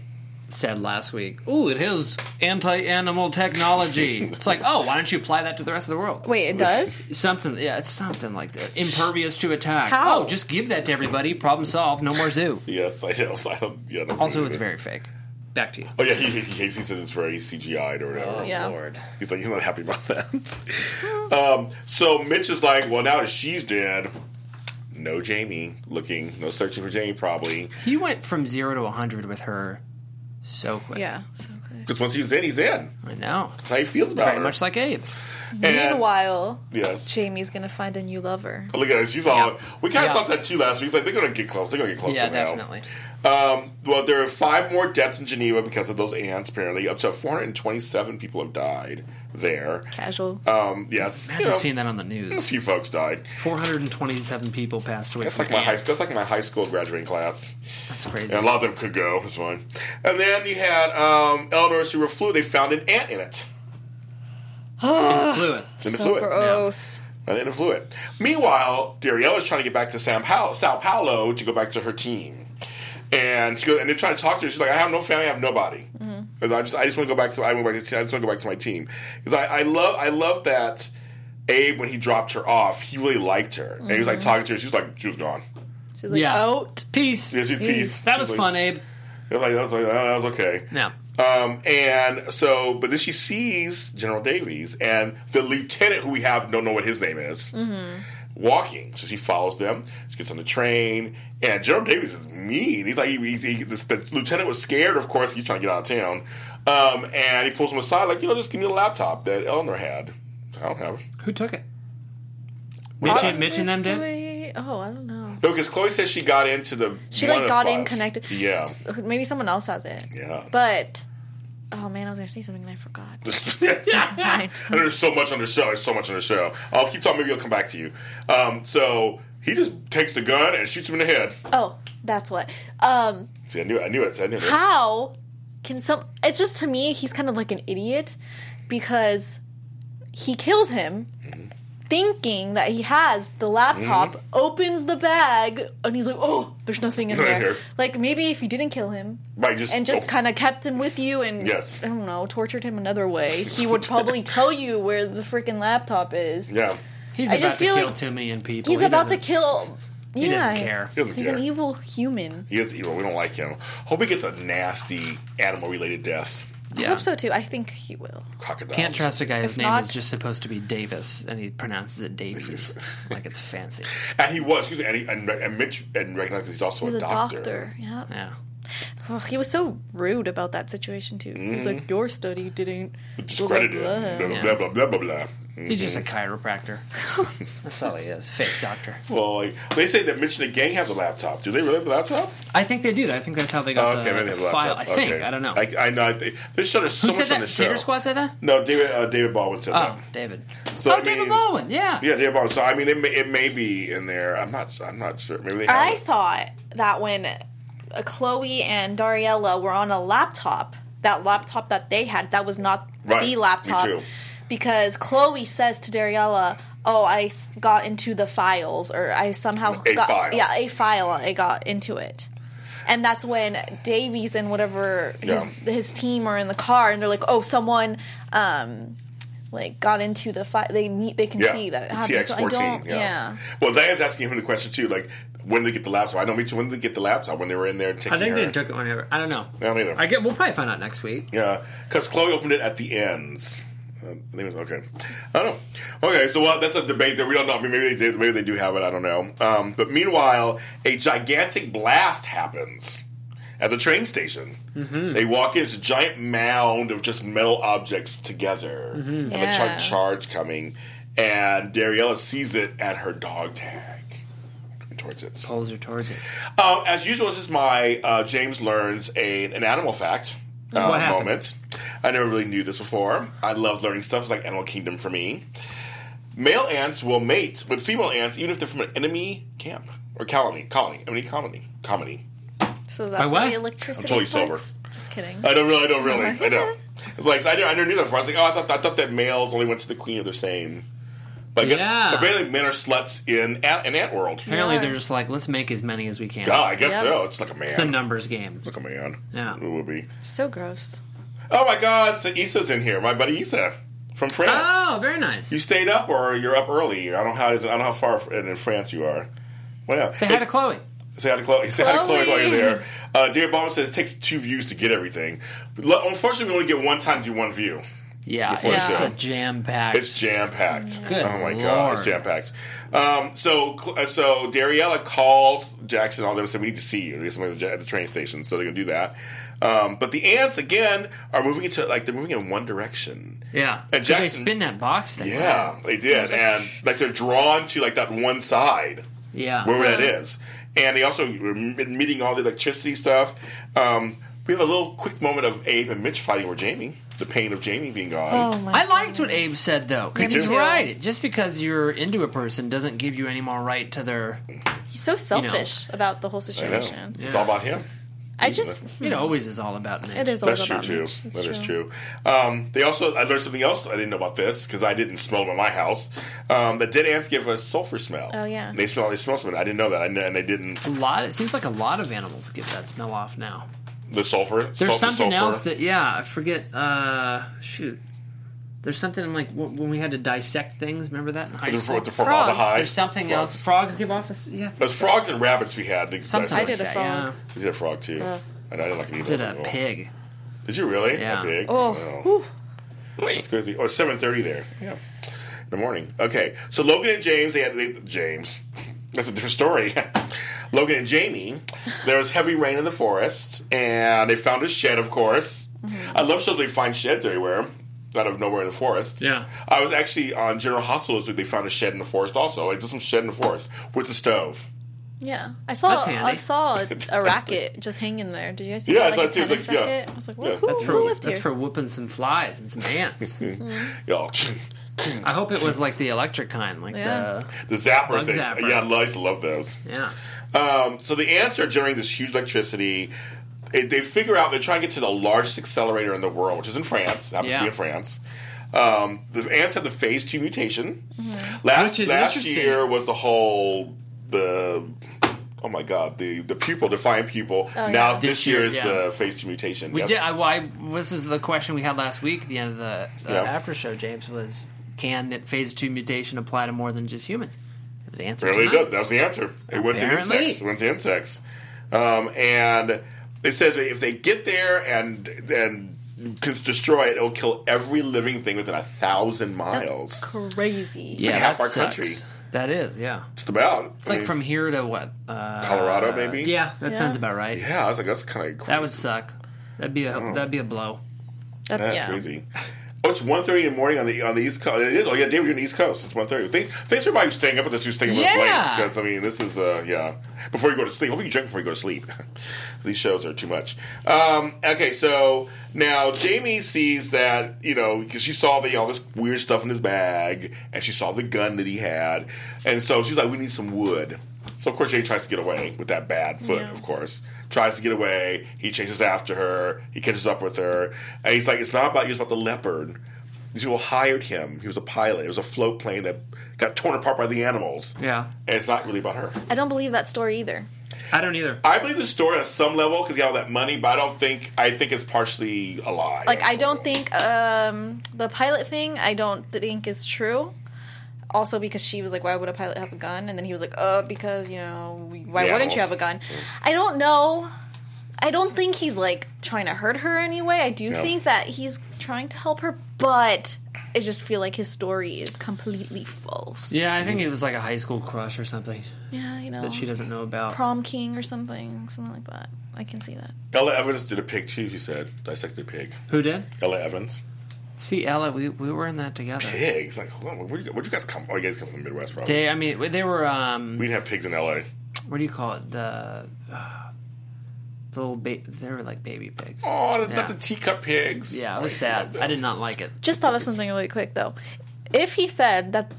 said last week. Ooh, it is anti-animal technology. it's like, oh, why don't you apply that to the rest of the world?
wait, it [laughs] does.
Something, yeah, it's something like that. Impervious to attack.
How?
Oh, just give that to everybody. Problem solved. No more zoo.
Yes, I know. So I don't, yeah, I don't
Also, it's very fake. Back to you.
Oh yeah, he, he, he hates. He says it's very CGI'd or whatever.
Yeah.
Lord.
He's like he's not happy about that. um, so Mitch is like, well, now that she's dead, no Jamie looking, no searching for Jamie probably
He went from zero to 100 with her so quick.
yeah. So good.
because once he's in, he's in.
I know.
That's how he feels about
Very
her.
much like Abe.
And-
Meanwhile,
yes.
Jamie's gonna find a new lover.
Look at her. She's all.
Yeah.
We kind of
Yeah.
thought that too last week. It's like they're gonna get close. They're gonna get close.
Yeah,
somehow.
definitely.
Um, well, there are five more deaths in Geneva because of those ants. Apparently, up to 427 people have died there.
Casual.
Um, yes, you
Imagine
know,
seeing that on the
a [laughs]
news.
few folks died.
427 people passed away
That's
from
like my high.
ants.
That's like my high school graduating class.
That's crazy.
And a lot of them could go. It's fine. And then you had um, Eleanor's who were flu. They found an ant in it.
Fluid.
In the
so
fluid.
gross.
An ant in the fluid. Meanwhile, Dariella's trying to get back to Sao Paulo, Sao Paulo to go back to her team. And she goes, and they're trying to talk to her. She's like, I have no family, I have nobody.
Mm-hmm.
And I just, I just want to go back to, I want to go back to, I just want to go back to my team because I, I love, I love that Abe when he dropped her off, he really liked her, and he was like
Mm-hmm.
talking to her. She was like, she was gone.
She's like,
Yeah.
out.
Peace.
Yeah, she's peace.
That
She's
was
like-
fun, Abe.
It was like, that was like, that was okay.
No.
Um, and so, but then she sees General Davies and the lieutenant, who we have don't know what his name is,
Mm-hmm.
walking. So she follows them. She gets on the train, and General Davies is mean. He's like, he, he, he- this, the lieutenant was scared. Of course, he's trying to get out of town, um, and he pulls him aside, like, you know, just give me the laptop that Eleanor had. I don't have it.
Who took it? Mitch, and, Mitch and them did?
Somebody- Oh, I don't know.
No, because Chloe says she got into the.
She
one
like
of
got in
files.
connected.
Yeah.
S- Maybe someone else has it.
Yeah.
But oh man, I was gonna say something and I [laughs] forgot.
[laughs]
Fine.
And there's so much on the show. There's so much on the show. I'll keep talking. Maybe I'll come back to you. Um, so he just takes the gun and shoots him in the head.
oh, that's what. Um,
See, I knew it. I knew it. I knew it.
how can some? It's just to me, he's kind of like an idiot because he kills him. Thinking that he has the laptop, opens the bag, and he's like, "Oh, there's nothing in
Mm-hmm. [laughs] Right
there."
here.
Like maybe if you didn't kill him,
Right, just
and just
oh,
kind of kept him with you and
Yes.
I don't know, tortured him another way.
[laughs]
He would probably tell you where the freaking laptop is.
yeah.
He's
I
about
just
to
feel
kill
like
two million people.
He's
He
about to
doesn't-
kill. Yeah,
He doesn't care.
He doesn't
He's
care.
an evil human.
He is evil. We don't like him. Hope he gets a nasty animal-related death.
I
Yeah.
hope so too. I think he will.
Crocodile.
Can't trust a guy whose
If
name
not-
is just supposed to be Davis, and he pronounces it Davies, [laughs] like it's fancy.
And he was. Excuse me. And, he, and, and Mitch and recognizes he's also
He's
a,
a doctor. Yeah.
Yeah,
Ugh, he was so rude about that situation too. He was like, "Your study didn't."
Discredited. Blah,
Blah, blah, blah.
blah, blah, blah, blah, blah.
He's just a
[laughs]
chiropractor. That's all he is. Fake doctor.
Well, like, they say that Mitch and the gang have the laptop. Do they really have the laptop?
I think they do. that. I think that's how they got
okay,
the,
maybe
the
they have a
Uh, file.
laptop.
I think.
Okay.
I don't know.
I, I know. I think, there's sort of so
Who
much
said
on
that?
the show.
Tater Squad said that?
No, David uh, David Baldwin said
Oh,
that.
David.
So,
oh,
I
David
mean-
Baldwin. Yeah.
Yeah, David Baldwin. So I mean, it may, it may be in there. I'm not. I'm not sure. Maybe they have
I
it.
thought that when uh, Chloe and Dariella were on a laptop, that laptop that they had, that was not
Right, me
the laptop.
too.
Because Chloe says to Dariella, "Oh, I s- got into the files, or I somehow
A
got
file.
yeah a file. I got into it." And that's when Davies and whatever his,
Yeah.
his team are in the car, and they're like, "Oh, someone." Um, like got into the file. They meet. They can see that it happened. So I don't. Yeah.
Well, Diane's asking him the question too. Like, when did they get the laptop? I know. Me too. When did they get the laptop? When they were in there taking.
I think
her-
they took it whenever. I don't know.
I don't either.
I get. We'll probably find out next week.
Yeah, because Chloe opened it at the ends. Uh, I think it was- okay, I don't know. Okay, so well, that's a debate that we don't know. I mean, maybe they did, maybe they do have it. I don't know. Um, but meanwhile, a gigantic blast happens at the train station. They walk in; it's a giant mound of just metal objects together, and a
Yeah.
char- charge coming. And Dariella sees it and her dog tag towards it.
Pulls her towards it.
Um, as usual, this is my uh, James learns a, an animal fact uh,
What happened?
moment. I never really knew this before. I love learning stuff. It's like Animal Kingdom for me. Male ants will mate with female ants even if they're from an enemy camp or colony. Colony. I mean, colony. Colony.
So that's
By
why
what?
the electricity
I'm totally
spikes. Just kidding.
I don't really. I don't really. I
[laughs]
know. It's like I never, I never knew that before. I was like, oh, I thought, I thought that males only went to the queen of the same. But I guess,
Yeah.
but basically, men are sluts in ant, in ant world.
Apparently,
Yeah.
they're just like, let's make as many as we can.
God, I guess
Yeah.
so. It's like a man.
It's the numbers game.
like a man.
Yeah.
It would be.
so gross.
Oh my God! So Issa's in here. My buddy Issa from France.
Oh, very nice.
You stayed up, or you're up early. I don't know how. I don't know how far in in France you are. Well, [laughs]
Say hi to Chloe.
Say hi to Chloe. Say hi to Chloe
Chloe.
while you're there. Uh, Dear Obama says it takes two views to get everything. Lo- Unfortunately, we only get one time to do one view.
Yeah,
Before
the
it's
show.
a jam packed.
It's jam packed.
Good
Oh my god,
lord.
it's jam packed. Um, so Cl- uh, so Dariella calls Jackson and all them and said we need to see you. There's somebody at the ja- at the train station, so they're gonna do that. Um, but the ants again are moving into like they're moving in one direction.
yeah,
And
'Cause they
Jackson-
spin that box thing. right?
Yeah, they did, and like they're drawn to like that one side,
yeah.
wherever that
Uh-huh.
is. And they also were m- meeting all the electricity stuff. Um, we have a little quick moment of Abe and Mitch fighting over Jamie. The pain of Jamie being gone.
Oh my.
I liked what Abe said though, because
Me
he's
too.
right. Just because you're into a person doesn't give you any more right to their.
He's so selfish about the
I
whole
know.
situation.
It's all about him.
I just.
It always is all about me.
It is all
That's true
about
too.
me. It's
That is true. Um, they also I learned something else I didn't know about this because I didn't smell them in my house. Um, the dead ants give a sulfur smell.
Oh, yeah.
they smell they smell something I didn't know that I kn- and they didn't
A lot. It seems like a lot of animals give that smell off now.
the sulfur.
There's something else that yeah, I forget. Uh, shoot. There's something like wh- when we had to dissect things. Remember that in high
With the-
school?
with the formaldehyde.
Frogs. There's something
Frogs.
else. Frogs give off a s- yeah.
Those frogs and rabbits we had. They,
Something
I
like
did.
did a
that,
frog.
I did a frog too. And I didn't like it either.
Yeah. Did a pig.
Did you really?
Yeah.
A pig?
Oh,
Wow. That's crazy. Or seven thirty there. Yeah. In the morning. Okay. So Logan and James, they had they, James. [laughs] That's a different story. [laughs] Logan and Jamie. There was heavy rain in the forest, and they found a shed. Of course,
Mm-hmm.
I love shows they find sheds everywhere. Out of nowhere in the forest.
Yeah.
I was actually on General Hospital this week. They found a shed in the forest, also. Like, just some shed in the forest with a stove.
Yeah, I saw.
That's handy.
[laughs]
I saw a, a racket just hanging there. Did you guys see
Yeah, I
that?
saw
Like
it
a
too. It's
tennis
like- yeah.
racket. I was like,
Yeah.
well, who,
That's
who
for
lived
that's
here?
for whooping some flies and some
[laughs]
ants.
Y'all,
I hope it was like the electric kind, like
Yeah.
the zapper
Bug
things.
zapper.
Yeah, I used to love those.
the yeah.
Um, so the ants are generating this huge electricity. They, they figure out they're trying to get to the largest accelerator in the world, which is in France. Happens to
Yeah.
be in France. Um, the ants have the phase two mutation. Last
Mm-hmm. Which is
last
interesting.
year was the whole the oh my god the the pupil defiant pupil. now this,
This
year,
year,
is
Oh, yeah.
the phase two mutation.
We
Yes.
did. I, well, I, this is the question we had last week at the end of the uh,
Yeah.
after show. James was, can that phase two mutation apply to more than just humans? That was the answer.
Apparently, it
tonight.
does. That was the answer. It went to
Apparently.
insects. It went to insects. Um, and it says if they get there and and can destroy it, it'll kill every living thing within a thousand miles.
That's crazy.
Yeah,
half
that
our
sucks.
country.
That is, yeah.
Just about.
It's like from here to what? Uh,
Colorado, maybe.
yeah, that
Yeah.
sounds about right.
Yeah, Oh. I was like, that's kind of cool.
That would suck. That'd be a that'd be a blow.
That's,
That's
yeah.
crazy. Oh, it's 1.30 in the morning on the on the East Coast. It is. Oh yeah, David, you're on the East Coast. It's 1.30. Thanks, thanks for everybody who's staying up with us who's staying up with us
Yeah.
late. Because I mean, this is uh yeah. Before you go to sleep, hopefully you drink before you go to sleep. [laughs] These shows are too much. Um, okay, so now Jamie sees that you know because she saw the all this weird stuff in his bag, and she saw the gun that he had, and so she's like, we need some wood. So of course Jamie tries to get away with that bad foot,
Yeah.
of course. Tries to get away. He chases after her. He catches up with her. And he's like, it's not about you, it's about the leopard. These people hired him. He was a pilot. It was a float plane that got torn apart by the animals.
Yeah,
And it's not really about her.
I don't believe that story either.
I don't either.
I believe the story on some level because he had all that money, but I don't think, I think it's partially a lie.
Like I don't think um, the pilot thing. I don't think is true. Also, because she was like, "Why would a pilot have a gun?" And then he was like, "Uh, because you know, we- why
Yeah,
wouldn't you
well,
have a gun?" I don't know. I don't think he's like trying to hurt her anyway. I do
No.
think that he's trying to help her, but I just feel like his story is completely false.
Yeah, I think it was like a high school crush or something
yeah, you know,
that she doesn't know about.
prom king or something, something like that. I can see that.
Ella Evans did a pig too, she said. Dissected a pig.
Who did?
Ella Evans.
See, Ella, we, we were in that together.
Pigs? Like, hold on, where'd you, where'd you guys come Oh, you guys come from the Midwest, probably.
They, I mean, they were. Um,
We didn't have pigs in LA.
what do you call it? The uh, the little ba- they were like baby pigs.
Oh,
Yeah.
not the teacup pigs.
Yeah, it was
Oh,
sad.
love
I
them.
did not like it.
Just thought of something really quick though. If he said that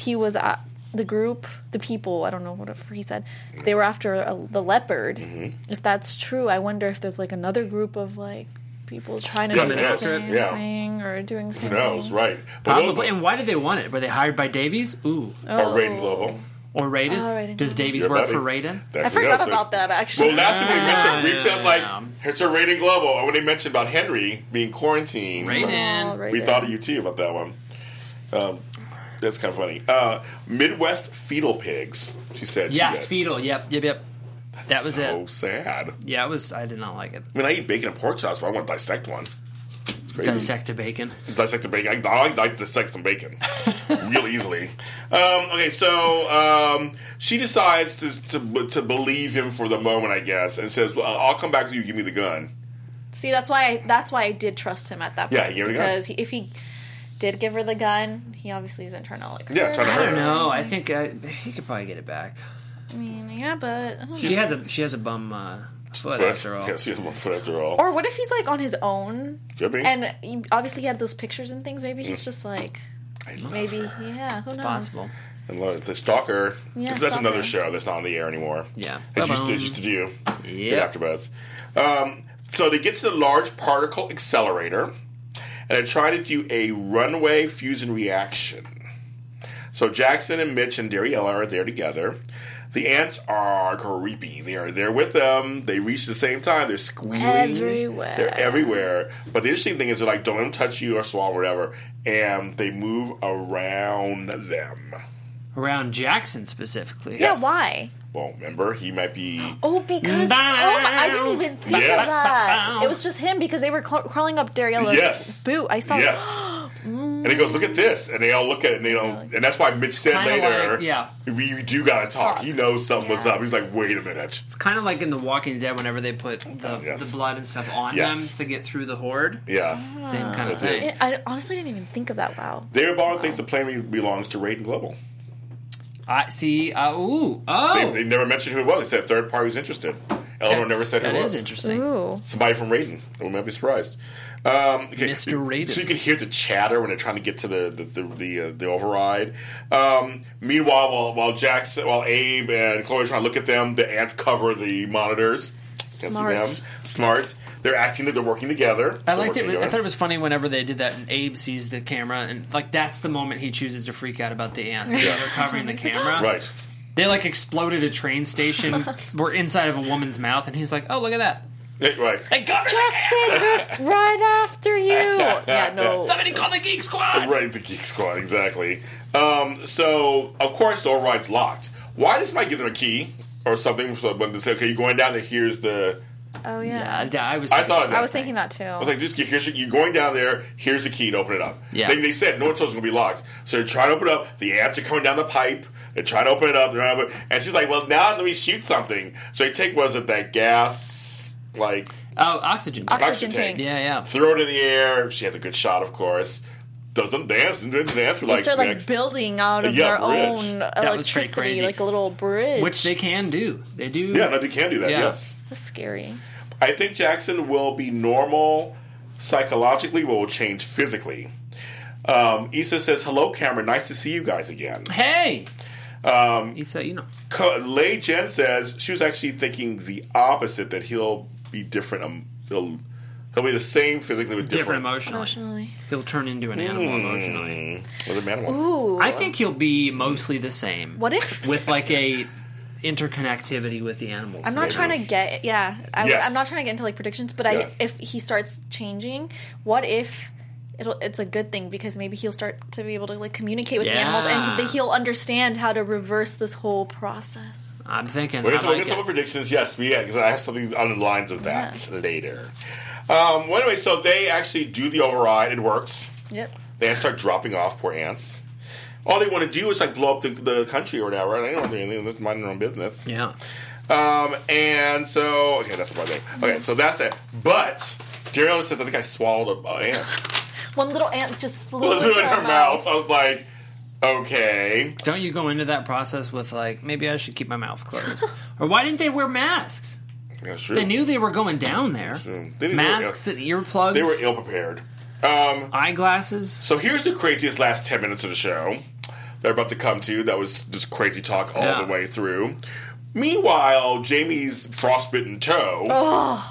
he was at the group, the people, I don't know whatever he said, they were after a, the leopard.
Mm-hmm.
If that's true, I wonder if there's like another group of like people trying to
Yeah,
do
yeah.
the same
Yeah.
thing or doing something.
No, it's right.
Probably. And why did they want it? Were they hired by Davies? Ooh,
Or Raiden Global.
or Raiden?
Oh, Raiden.
Does Davies
Your
work
buddy.
for Raiden?
That
I
we know,
forgot
so-
about that actually.
Well, last week we mentioned,
yeah,
we feels
yeah.
like, it's a Raiden Global. And when they mentioned about Henry being quarantined,
Raiden.
Oh, right
we
there.
thought of you too about that one. Um, that's kind of funny. Uh, Midwest fetal pigs, she said. she
Yes,
did.
fetal. Yep, yep, yep. that was
so
it.
sad.
Yeah, it was. I did not like it.
I mean, I eat bacon and pork chops, but I want to dissect one. It's crazy.
Dissect a bacon.
dissect the bacon. I, I like to dissect some
[laughs]
bacon real easily. Um, okay, so um, she decides to, to to believe him for the moment, I guess, and says, well, "I'll come back to you. Give me the gun."
See, that's why I, that's why I did trust him at that point.
Yeah, he gave her the gun.
because he, if he did give her the gun, he obviously isn't trying to like.
Yeah, trying to
I
hurt
don't
her.
know. I think I, he could probably get it back.
I mean, yeah, but I don't
She has a she has a bum uh, foot
Foot.
after all.
Yeah, she has one foot after all.
Or what if he's like on his own?
Could be. Mm.
And he- obviously he had those pictors and things. Maybe he's just like,
I love
maybe
her.
yeah, who knows?
Possible.
I love it. It's a stalker.
Yeah,
that's another
stalker.
show that's not on the air anymore.
Yeah.
that used to,
Ba-boom.
used to do.
Yeah.
After Buzz. Um, so they get to the large particle accelerator, and they try to do a runaway fusion reaction. So Jackson and Mitch and Dariella are there together. The ants are creepy. They are there with them. They reach the same time. They're squealing.
Everywhere.
They're everywhere. But the interesting thing is they're like, don't let them touch you or swallow or whatever. And they move around them.
Around Jackson specifically.
Yeah, why?
Well, remember, he might be...
Oh, because oh, my, I didn't even think
Yes.
of that. It was just him because they were cl- crawling up Dariella's
Yes.
boot. I saw.
Yes. and he goes, look
[gasps]
at this, and they all look at it, and they don't. And that's why Mitch said
Kinda
later,
like- yeah.
we do gotta talk.
Talk.
He knows something was
Yeah.
up. He's like, wait a minute.
It's kind of like in The Walking Dead whenever they put the,
Yes.
the blood and stuff on
Yes.
them to get through the horde.
Yeah,
Same kind of
That's it.
thing.
I honestly didn't even think of that. Wow.
David Ballin thinks the plane belongs to Raiden Global.
I see. Uh, ooh. Oh.
They, they never mentioned who it was. They said third party was interested. Eleanor
That's-
never said who
That
it
is
was.
interesting.
Ooh.
Somebody from Raiden. We might be surprised. Um, okay.
Mr. Raiden.
So you can hear the chatter when they're trying to get to the the the, the, uh, the override. Um, meanwhile, while, while Jackson, while Abe and Chloe are trying to look at them, the ants cover the monitors. Can't see
Smart.
them. Smart. They're acting that they're working together.
I liked it. I thought it was funny whenever they did that. And Abe sees the camera, and like that's the moment he chooses to freak out about the ants.
Yeah.
They're covering the camera.
right.
They like exploded a train station. We're inside of a woman's mouth, and he's like, "Oh, look at that!
Yeah, Right.
They covered it!
[laughs]
Jackson, right after you. Yeah, no.
Somebody call the Geek Squad!"
Right, the Geek Squad, exactly. Um, so, of course, the override's locked. Why does somebody give them a key or something for someone to say, okay, you're going down there, here's the.
Oh yeah.
Uh, Yeah, I was.
I thought of
I
that.
was thinking that too.
I was like, just get, here's your, you're going down there. Here's the key to open it up.
Yeah.
They, they said no one told us it's gonna be locked, so they try to open it up. The ants are coming down the pipe. They try to open it up. They're not open- And she's like, well, now let me shoot something. So they take, was it that gas, like,
Oh, oxygen.
Oxygen
oxygen
tank.
tank?
yeah, yeah.
Throw it in the air. She has a good shot, of course. Does them dance and dance and dance for like,
they start like
next-
building out of
Yeah,
their
bridge.
own
That was pretty
electricity,
crazy.
like a little bridge.
Which they can do. They do.
Yeah, no, they can do that,
Yeah.
yes.
That's scary.
I think Jackson will be normal psychologically, but will change physically. Um, Issa says, "Hello, Cameron. Nice to see you guys again."
Hey. Um, you said you know.
Co- Lei Jen says she was actually thinking the opposite that he'll be different. Um, he'll, he'll be the same physically, but different.
Different
Hmm.
emotionally.
Emotionally.
He'll turn into an animal emotionally.
With a man or woman.
Ooh.
I think he'll be mostly the same.
[laughs]
What if-
with like a interconnectivity with the animals?
I'm not
Maybe.
trying to get yeah. I,
Yes.
am not trying to get into like predictions, but
Yeah.
I if he starts changing, what if it'll it's a good thing because maybe he'll start to be able to like communicate with the animals
Yeah.
and he, he'll understand how to reverse this whole process.
I'm thinking.
We're going
I
to
like
get some
it.
predictions. Yes, we because I have something on the lines of that later. Um, well, anyway, so they actually do the override. It works.
Yep.
They start dropping off poor ants. All they want to do is like blow up the, the country or whatever. And they don't want to do anything. That's mind their own business.
Yeah.
Um, and so okay, that's my thing. Okay, so that's it. But Daryl says, "I think I swallowed a, a ant
One little ant just flew
Blew it in her mouth." I was like, "Okay,
Don't you go into that process with like maybe I should keep my mouth
[laughs]
closed, or why didn't they wear masks?
that's true."
They knew they were going down there.
true. They didn't
Masks and earplugs,
They were ill prepared. Um,
eyeglasses.
so here's the craziest last ten minutes of the show. They're about to come to. That was just crazy talk all
Yeah.
the way through. Meanwhile, Jamie's frostbitten toe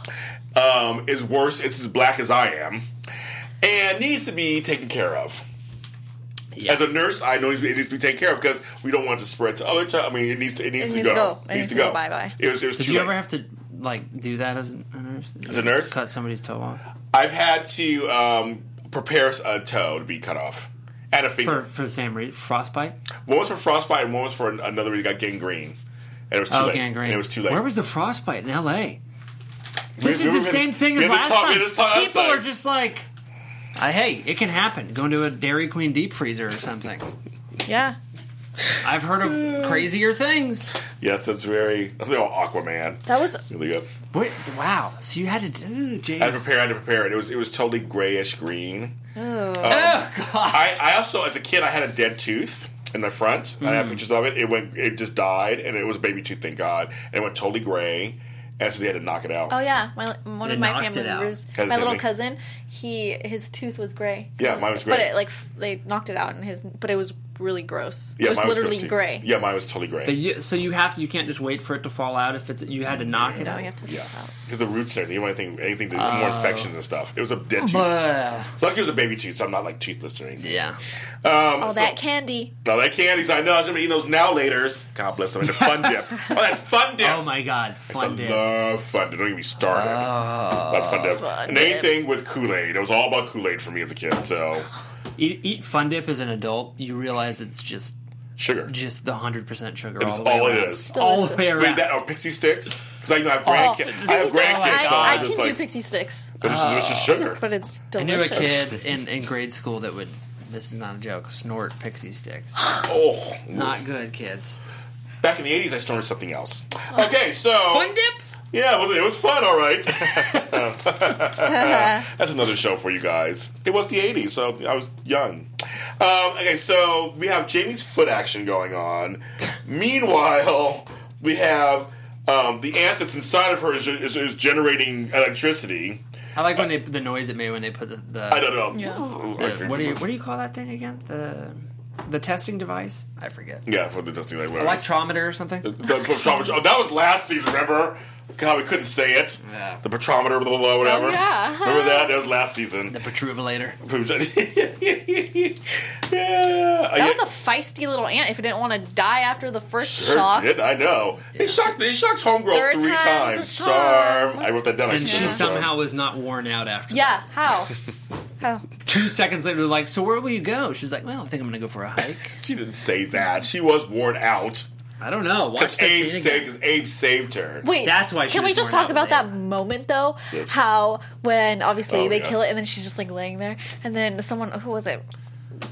um, is worse. It's as black as I am, and needs to be taken care of.
Yeah.
As a nurse, I know it needs to be taken care of because we don't want it to spread to other. T- I mean, it needs to, it needs, to, go. It needs to go.
Bye-bye.
It was, it was
Did
too
you
late.
ever have to like do that as a nurse?
As a nurse?
cut somebody's toe off
I've had to um, prepare a toe to be cut off and a
for
finger.
for the same reason, frostbite.
one was for frostbite, and one was for an- another. We got gangrene, and it was too
Oh,
late.
gangrene.
And it was too late.
Where was the frostbite in L.A.?
We-
This
we
is the
were-
same thing
we had
as
this
last
talk- we
time.
had this talk
People
outside.
are just like, uh, hey, it can happen. Go into a Dairy Queen deep freezer or something.
Yeah.
I've heard of crazier things.
yes, that's very that's all Aquaman.
That was
Really good.
Wait, wow. So you had to do, James.
I had to prepare. I had to prepare it. It was it was totally grayish green.
oh, God.
I, I also, as a kid, I had a dead tooth in my front. I
Mm.
have pictures of it. It went, it just died, and it was a baby tooth. Thank God, and it went totally gray, and so they had to knock it out.
Oh yeah, my one
They
of my
knocked
family
it out.
members,
Yeah, the
my
same
little
thing.
cousin, he his tooth was gray.
Yeah, mine was
But
gray.
it like f- they knocked it out and his, but it was really gross.
yeah,
it was
mine
literally
gross, too.
gray.
Yeah, mine was totally gray.
But you, so you have you can't just wait for it to fall out if it's you had to knock it
No,
out.
you have to.
yeah, because the roots there, they didn't want anything, anything to,
Oh.
more infections and stuff. It was a dead tooth.
But-
it's lucky it was a baby tooth, so I'm not like toothless or anything.
yeah.
Um,
All
so-
that candy.
Now that candies, I know. I'm gonna eat those now later's. God bless them. And the fun
[laughs]
dip. Oh, that fun dip.
Oh my God,
I used
fun
to
day.
love Fun Dip. Don't get me started. about Fun Dip.
Oh, Fun
and
Dip.
anything with Kool Aid. It was all about Kool Aid for me as a kid. So
Eat, eat fun dip as an adult. You realize it's just
sugar.
just the hundred percent sugar.
That's
all, the way
all it
around.
is.
All the way
I mean,
around.
that or pixie sticks. Because I, you know, I have grandkids. I have
Pixie sticks.
grandkids.
Oh,
so
I,
I'm
I can
just
do
like,
pixie sticks,
but it's, just, it's just sugar.
but it's
I knew a
delicious.
kid in, in grade school that would. This is not a joke. Snort pixie
[gasps]
sticks.
Oh,
Not good, kids.
back in the '80s, I snorted something else.
Oh.
Okay, so
Fun dip.
Yeah, it was, it was fun. All
[laughs]
right. That's another show for you guys. It was the '80s, so I was young. Um, okay, so we have Jamie's foot action going on. Meanwhile, we have um, the ant that's inside of her is, is, is generating electricity.
I like when they the noise it made when they put the, the
I don't know.
the- what do you what do you call that thing again? The the testing device? I forget.
Yeah, for the testing, like
Oh,
whatever.
Electrometer or something?
The spectrometer. Oh, that was last season, remember? God, we couldn't say it.
Yeah.
The spectrometer, blah, blah, blah, whatever.
Oh, yeah.
Remember that? That was last season.
The petruvulator.
[laughs] yeah.
That was a feisty little ant. If it didn't want to die after the first shock,
Did, I know. They shocked. They shocked homegirl
Third
three
time's
times.
a charm.
I wrote that down. I
And
should
she
have done.
somehow was not worn out after that.
yeah.
[laughs]
How? how?
Two seconds later, they're like, So where will you go? She's like, Well, I think I'm going to go for a hike.
She didn't say that. She was worn out.
I don't know.
Because
Watch that
Abe
scene
saved.
again.
Because Abe saved her.
Wait,
That's why she
Can we
was
just
worn
talk
out
about
there.
that moment though?
Yes.
How when obviously
Oh,
they
yeah.
kill it and then she's just like laying there, and then someone who was it?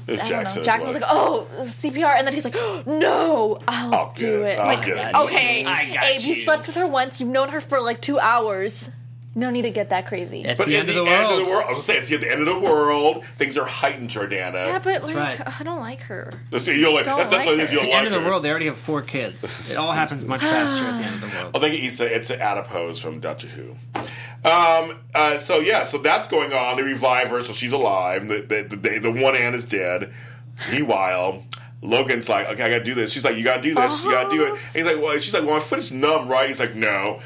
It was
I don't know.
Jackson.
Jackson was like, "Oh, CPR," and then he's like, "No, I'll,
I'll
do it."
I'll
Like,
do it.
okay,
I got
Abe, you.
you.
slept with her once. You've known her for like two hours. No need to get that crazy.
It's
But
the,
at
end, of the, world.
I was saying, it's at the end of the world. Things are heightened, Jordana.
yeah, but like,
right.
I don't like her.
That's, you'll like,
Don't
that's
like
what it is.
her.
You'll
It's the
like
end of the
her.
world. They already have four kids. It all happens much faster at the end [laughs] of the world.
I think it's a, it's an adipose from Doctor Who. Um, uh, so yeah, so that's going on. They revive her, so she's alive. The the, the, the, one Anne is dead. Meanwhile, Logan's like, okay, I gotta do this. She's like, you gotta do this. You gotta do it.
Uh-huh.
And he's like, well, she's like, well, my foot is numb, right? He's like, no.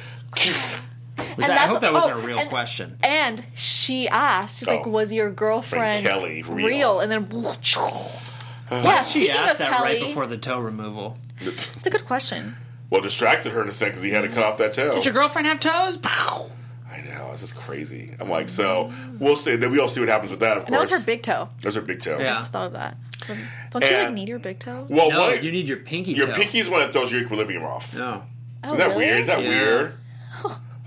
Was
And
that, I
that's-
hope that wasn't
oh,
a real
and-
question.
And she asked, she's like,
Oh.
"Was your girlfriend
Kelly real?" Uh,
And then, yeah,
Why she
speaking
asked
of
that
Kelly,
right before the toe removal.
It's a good question.
well, distracted her in a second because he had to cut off that toe.
Does your girlfriend have toes? Pow!
I know this is crazy. I'm like, so we'll see. Then we all see what happens with that. Of
And that
course,
was her big toe.
That was her big toe.
I
Yeah.
just thought of that. Don't you like
And-
need your big toe?
Well,
No,
one-
you need your pinky
your
toe.
pinky is one that throws your equilibrium off.
No.
Oh,
Is that
really?
weird? Is that
Yeah.
[laughs]
weird?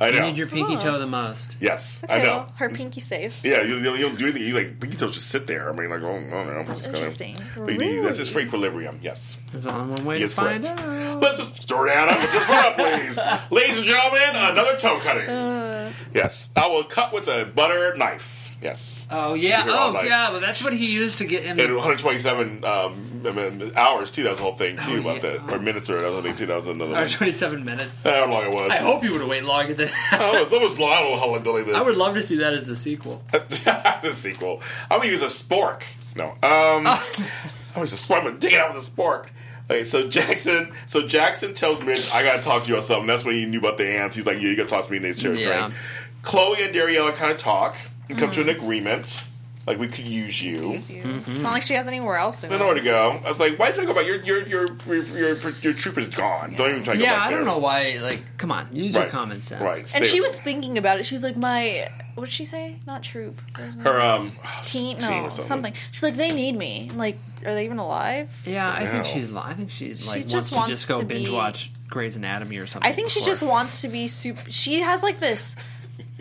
I know.
You need your pinky toe the most.
Yes, I
Okay,
know.
Her pinky safe.
Yeah, you, you, you don't do anything. You like pinky toes just sit there. I mean, like, oh, no, no. That's
interesting.
But you need, that's just for equilibrium. Yes.
There's only one way
Yes,
to find
correct.
out.
Let's just start out. Put your foot up,
[laughs]
please. Ladies and gentlemen, another toe cutting.
Uh.
yes. I will cut with a butter knife. Yes.
Oh yeah.
You're all
Oh
like-
yeah. But
[laughs]
that's what he used to get in.
and
The, [laughs]
127 um, I mean, hours, too. That was the whole thing, too,
Oh,
about
yeah.
that. Or minutes, or that was the thing, too. That was another
or
one.
[laughs] 27
[laughs]
minutes.
However long it was.
I hope you would have waited longer than.
That was, that was long. I don't know how long delay this.
I would love to see that as the sequel.
[laughs] the sequel. I'm gonna use a spork. No.
[laughs]
Um, I was just I'm gonna dig it out with a spork. Okay, so Jackson, so Jackson tells Mitch, "I gotta talk to you about something." That's when he knew about the ants. He's like, "Yeah, you gotta talk to me." And they share
Yeah. Mm.
right? Chloe and Dariella kind of talk and come to an agreement, like we could use you.
Mm-hmm.
It's not like she has anywhere else to
I don't know where to go. I was like, "Why did you go back? Your your your your your, your trooper's gone. Don't even try to go
Yeah,
back
I don't
there."
know why. Like, come on, use your common sense.
Right.
And
Stay-
she was thinking about it. She's like, my what did she say? Not troop.
her um [sighs]
Team, no,
team or
something.
something.
She's like, they need me. I'm like, are they even alive?
Yeah, I think
Wow.
she's. li- I think she like
just
wants,
wants
to just go
to
binge
be-
watch Grey's Anatomy or something.
I think she
before.
just wants to be super. She has like this.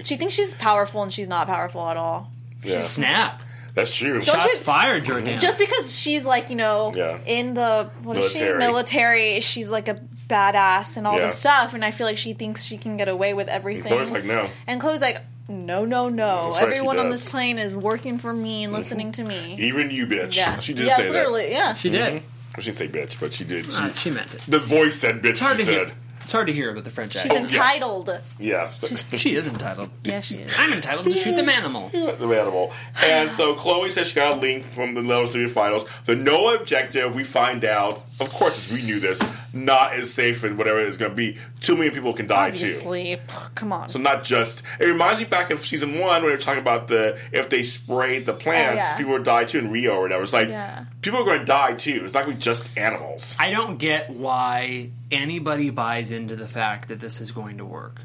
She thinks she's powerful and she's not powerful at all.
Yeah,
snap.
that's true.
Don't
Shots
you-
fired, Jordan.
Just because she's like you know
Yeah.
in the what is
Military.
she military, she's like a badass and all
Yeah.
this stuff, and I feel like she thinks she can get away with everything.
Chloe's like, "No."
and Chloe's like, no, no, no.
That's right, she
Everyone on this
does.
plane is working for me and listening to me.
Even you, bitch.
Yeah,
[laughs] She did
yeah,
say that.
literally, yeah.
she did.
She didn't say bitch, but she did. She,
Uh, she meant it.
the voice said bitch.
It's hard
she
to
said
hear. It's hard to hear about the French
Oh,
She's
accent.
entitled.
yes. [laughs]
She is entitled.
Yeah, she is.
I'm entitled to shoot the manimal.
the animal. And so Chloe says she got a link from the levels to the finals. The Noah objective, we find out, of course, we knew this, not as safe and whatever it's going to be. Too many people can die too.
Obviously, Pff, come on.
So not just. It reminds me back in season one when we were talking about the if they sprayed the plants,
Oh, yeah.
people would die too in Rio or whatever. It's like
Yeah.
people are going to die too. It's not going to be just animals.
I don't get why anybody buys into the fact that this is going to work.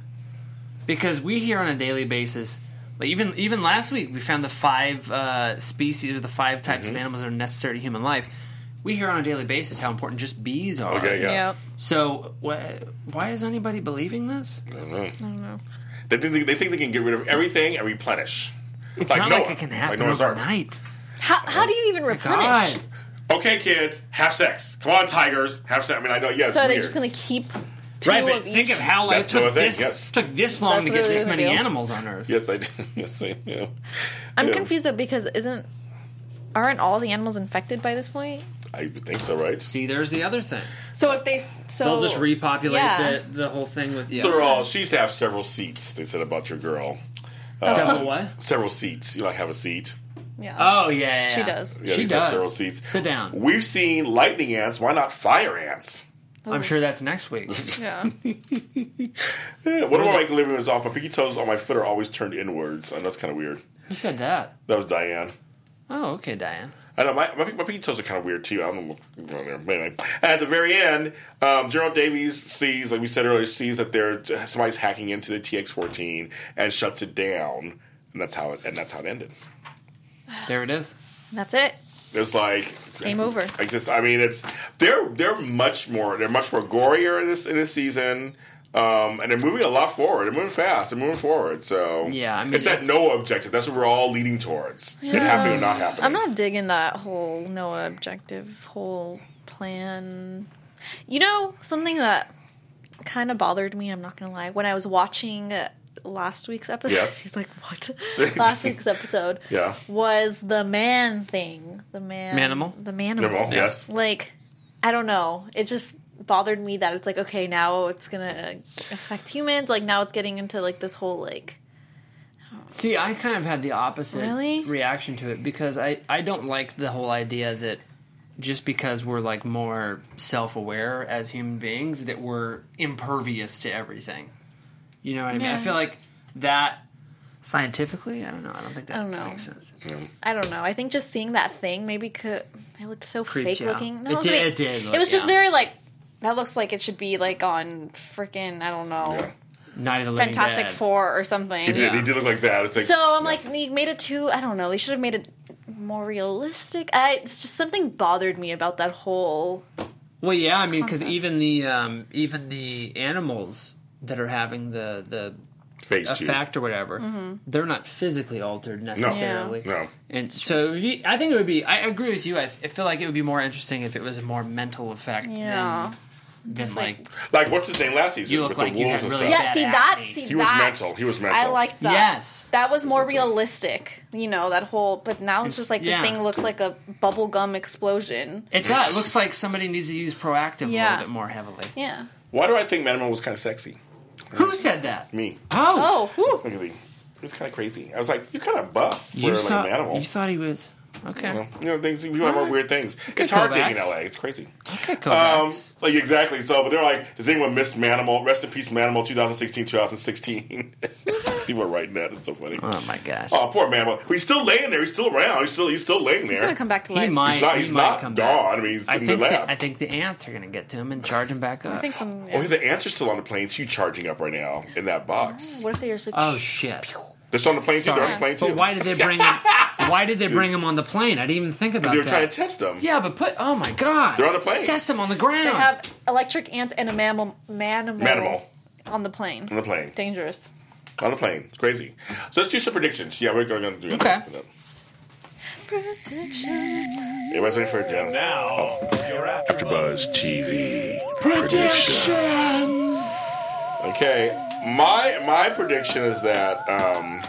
Because we hear on a daily basis, like even even last week, we found the five uh, species or the five types
Mm-hmm.
of animals that are necessary to human life. We hear on a daily basis how important just bees are.
Okay, yeah.
Yep.
So wh- why is anybody believing this?
They think they, think they can get rid of everything and replenish.
It's
Like
not
Noah.
like it can happen
Noah's Ark.
overnight.
How, how do you even replenish?
God,
Okay, kids, have sex. Come on, tigers, have sex. I mean, I know, yeah, it's
So are they
weird.
just gonna keep two
right?
of
But
each?
think of how like
That's
took
another thing,
this
yes.
took this long
That's
to
what
get
it
this
is
many
to do.
animals on Earth.
yes, I do. [laughs] Yes, I do.
I'm
Yeah.
confused though because isn't aren't all the animals infected by this point?
I would think so, right?
See, there's the other thing.
So if they so
They'll just repopulate
yeah.
the, the whole thing with yeah.
They're all. She used to have several seats. They said about your girl, uh,
Several what?
several seats. You like have a seat.
Yeah.
Oh yeah, yeah, yeah.
She does.
Yeah,
she
these are
does.
several seats.
Sit down.
We've seen lightning ants. Why not fire ants?
Oh.
I'm sure that's next week.
yeah.
Yeah, one of my equilibrium is off. My pinky toes on my foot are always turned inwards, and that's kind of weird.
Who said that?
That was Diane.
Oh, okay, Diane.
I know my, my, my pinky toes are kind of weird too. I don't know. what's going on there. But Anyway, at the very end, um, Gerald Davies sees, like we said earlier, sees that there somebody's hacking into the TX14 and shuts it down, and that's how it and that's how it ended.
There it is.
That's it.
It's like
Game over.
I just, I mean, it's they're they're much more they're much more gorier in this in this season. Um, and they're moving a lot forward. They're moving fast. They're moving forward. So
Yeah, I mean,
it's that
it's-
Noah objective. That's what we're all leading towards. It happening or not happening.
I'm not digging that whole Noah objective, whole plan. You know, something that kind of bothered me, I'm not going to lie, when I was watching last week's episode,
[laughs]
Yes.
he's like, what?
Last week's episode
Yeah.
was the man thing. The man.
Manimal?
the man.
Normal. Yes.
Like,
I don't know. It just bothered me that it's like, okay, now it's going to affect humans. Like, now it's getting into like this whole like.
See, I kind of had the opposite
Really?
reaction to it because I, I don't like the whole idea that just because we're like more self aware as human beings that we're impervious to everything. You know what I mean? I
Yeah.
feel like that scientifically, I don't know. I don't think that
don't know.
makes sense.
I don't know. I think just seeing that thing maybe could. It looked so
Creeped
fake
you out.
looking.
It
was
did-
like-
it did look-
it was just
yeah.
very like.
that looks like it should be, like, on freaking, I don't know,
Yeah.
Night of the Living
Fantastic
Dead.
Four or
He
something.
did, he did look like that. It's like
So I'm like, you made it too. I don't know. They should have made it more realistic. I, it's just something bothered me about that whole.
Well, yeah, I mean, because
concept.
even the um, even the animals that are having the the
phase two.
effect or whatever,
Mm-hmm.
they're not physically altered necessarily.
No.
And so it would be- I think it would be. I agree with you. I, f- I feel like it would be more interesting if it was a more mental effect
Yeah.
than, than like,
Like what's his name last season
You look
with
like
the
you
wolves
had
and
really
stuff.
Bad
Yeah, see that.
acne.
See
He was
that.
mental. He was mental.
I like that.
Yes.
That was more realistic, you know, that whole but now it's,
It's-
just like
yeah.
this thing looks like a bubblegum explosion.
it does. It looks like somebody needs to use proactive a
Yeah.
little bit more heavily.
Yeah.
Why do I think Manimal was kind of sexy?
Who said that?
Me.
Oh,
Oh,
whew.
Because he was kind of crazy. I was like, you're kind of buff for
you
like
saw,
an animal.
You thought he was okay.
You know, you know, things people have more weird things. It's hard
Kovacs.
taking LA. It's crazy.
Okay,
Um,
Kovacs.
like exactly. So, but they're like, does anyone miss Manimal? Rest in peace, Manimal. 2016, 2016. [laughs] people are writing that. It's so funny.
oh my gosh.
Oh, poor Manimal. He's still laying there. He's still around. He's still he's still laying
It's gonna
there.
come back to
he
life.
might.
He's not-
he
he's
might
not
come
gone.
Back.
I mean, he's in the
think
lab.
I think the ants are going to get to him and charge him back up.
I think some
Oh, the answer's still on the plane too, charging up right now in that box.
What if they are such?
oh shit.
They're still on the plane too. They're on the
Sorry.
plane too.
But why did they bring
[laughs]
him? Why did they bring him on the plane? I didn't even think about
They were
that.
trying to test them.
yeah, but put. Oh my god.
They're on the plane.
Test him on the ground.
they have
electric ant and a mammal. Manimal.
Manimal
on the plane.
on the plane.
Dangerous.
On the plane. It's crazy. So let's do some predictions. Yeah, we're going to do it.
Okay.
Everybody's waiting for Oh. a jam.
Now, you're after
After Buzz TV prediction. Okay, my my prediction is that um,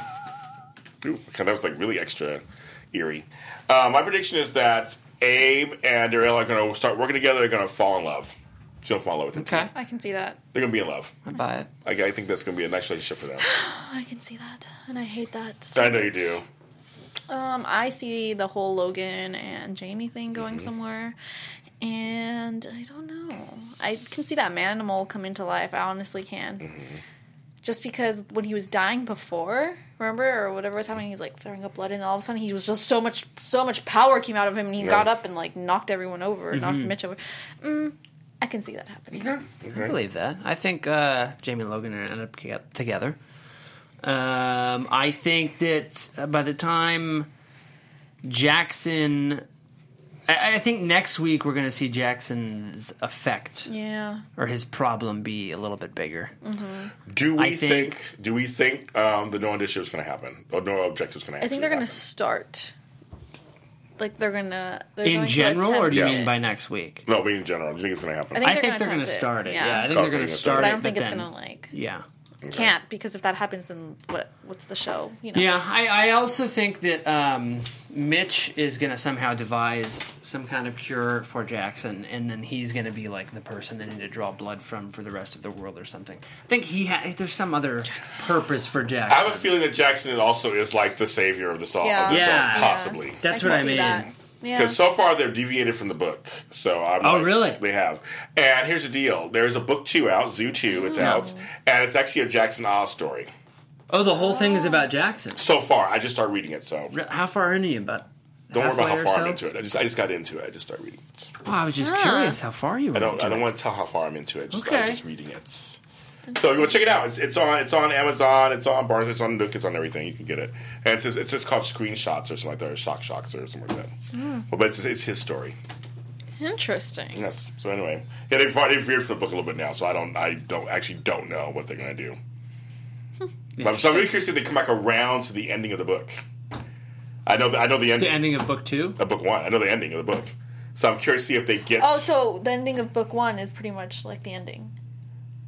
ooh, okay, that was like really extra eerie. Uh, my prediction is that Abe and Ariel are going to start working together. They're going to fall in love. She's going to fall in love with him.
Okay,
I can see that.
They're going to be in love.
I buy it.
I, I think that's going to be a nice relationship for them.
Oh, I can see that, and I hate that.
I know you do.
Um, I see the whole Logan and Jamie thing going somewhere, and I don't know. I can see that manimal come into life. I honestly can. Just because when he was dying before, remember or whatever was happening, he's like throwing up blood, and all of a sudden he was just so much, so much power came out of him, and he
Yeah.
got up and like knocked everyone over, knocked
Mm-hmm.
Mitch over. Mm, I can see that happening.
I believe that. I think uh, Jamie and Logan are gonna end up ge- together. Um, I think that by the time Jackson, I, I think next week we're going to see Jackson's effect
Yeah,
or his problem be a little bit bigger.
Do we
I
think,
think-
Do we think um, the no initiative is going to happen or no objective is going to?
I think they're gonna start. Like they're gonna they're
In
going to
general, or do you
attempt
mean
it.
by next week?
No, we in general. Do you think it's going to happen?
I
I
think
think
they're
they're
gonna
going to
attempt
start
it,
it.
yeah.
Yeah, I think
Okay,
they're
yeah,
going to start
But
it.
I don't think
but
it's
then-
gonna like
Yeah.
can't because if that happens, then what? What's the show? You know.
Yeah, I, I also think that um, Mitch is going to somehow devise some kind of cure for Jackson, and then he's going to be like the person they need to draw blood from for the rest of the world or something. I think he ha- there's some other purpose for Jackson.
I have a feeling that Jackson is also is like the savior of the song,
Yeah.
of the
Yeah.
song possibly.
That's
I
what I
can see
mean.
that. Yeah.
Because so far they've deviated from the book. So I'm
Oh,
like,
really?
They have. And here's the deal: there's a book two out, Zoo Two. It's out, and it's actually a Jackson Oz story.
Oh, the whole thing is about Jackson.
So far, I just started reading it. So
Re- How far into you? But
don't worry about how far I'm into it. I just I just got into it. I just started reading. It.
Wow, I was just curious how far you were.
I don't
into
I don't
it.
want to tell how far I'm into it. Just I'm
Okay.
just reading it. So you want to check it out? It's, it's on it's on Amazon. It's on Barnes. It's on Nook. It's on everything. You can get it. And it's just, it's just called Screenshots or something like that, or Shock Shocks or something like that. But it's, it's his story.
Interesting.
Yes. So anyway, yeah, they've already veered from the book a little bit now, so I don't, I don't actually don't know what they're gonna do. but so I'm really curious if they come back around to the ending of the book. I know, the, I know the
The
ending
ending of book two.
of book one. I know the ending of the book, so I'm curious to see if they get.
Oh, so the ending of book one is pretty much like the ending.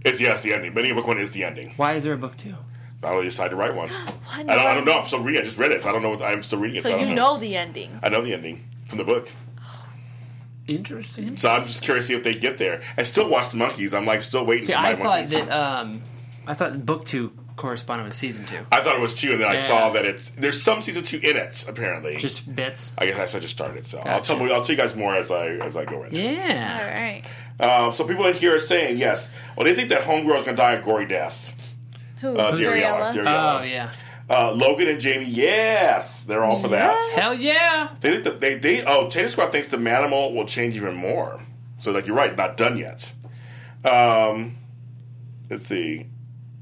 it's yes, the ending. But ending of book one is the ending.
Why is there a book two?
I only decided to write
[gasps]
one. I
What?
don't, I don't know. I'm still reading. I just read it. So I don't know what I'm still reading. It, so,
So
I
you
don't
know the ending.
I know the ending from the book.
Interesting.
So I'm just curious to see if they get there. I still watch the monkeys. I'm like still waiting
See,
for my
I thought
monkeys.
that um, I thought book two corresponded with season two.
I thought it was two, and then I
Yeah.
saw that it's there's some season two in it apparently.
Just bits.
I guess I just started, so I'll
Gotcha.
tell you, I'll tell you guys more as I as I go in.
All
Yeah.
right.
Uh, so people in here are saying yes. Well, they think that homegirl's gonna die a gory death.
Who?
Uh, Dariella.
Dariella?
Oh
Dariella.
yeah.
Uh, Logan and Jamie, yes, they're all for that.
Hell yeah.
They think that they they oh Tater Squad thinks the manimal will change even more. So like you're right, not done yet. Um, let's see.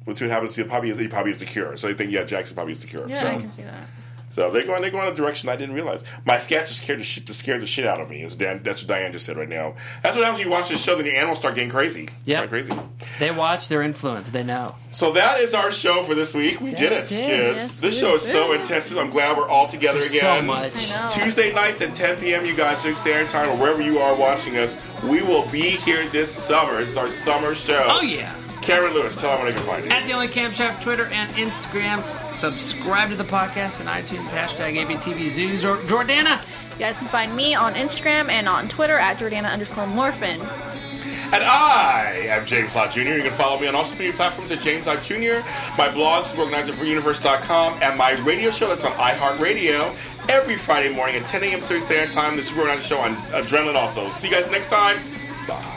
Let's see what happens. He probably is he probably is the cure. So they think yeah, Jackson probably is the cure.
Yeah,
so,
I can see that.
so they're going they're going in a direction I didn't realize. My sketch just scared the shit scared the shit out of me. Is Dan, that's what Diane just said right now. That's what happens when you watch this show. Then your animals start getting crazy.
Yep.
Start crazy.
They watch their influence. They know.
So that is our show for this week. We did it.
did.
Yes.
Yes,
This show is so intensive. I'm glad we're all together
There's so
again.
much.
I know.
Tuesday nights at 10 p.m. You guys, Pacific Standard Time, or wherever you are watching us, we will be here this summer. This is our summer show.
Oh yeah.
Cameron Lewis, tell them where they can find you.
At the only camshaft Twitter and Instagram. S- Subscribe to the podcast and iTunes hashtag ABTVZoos or Jordana.
You guys can find me on Instagram and on Twitter at Jordana underscore Morphin.
And I am James Lott Jr. You can follow me on all social media platforms at James Lott Jr. My blog is organizerforuniverse.com and my radio show that's on iHeartRadio every Friday morning at 10 a.m. Pacific Standard Time. The Super Organizer Show on Adrenaline also. See you guys next time.
Bye.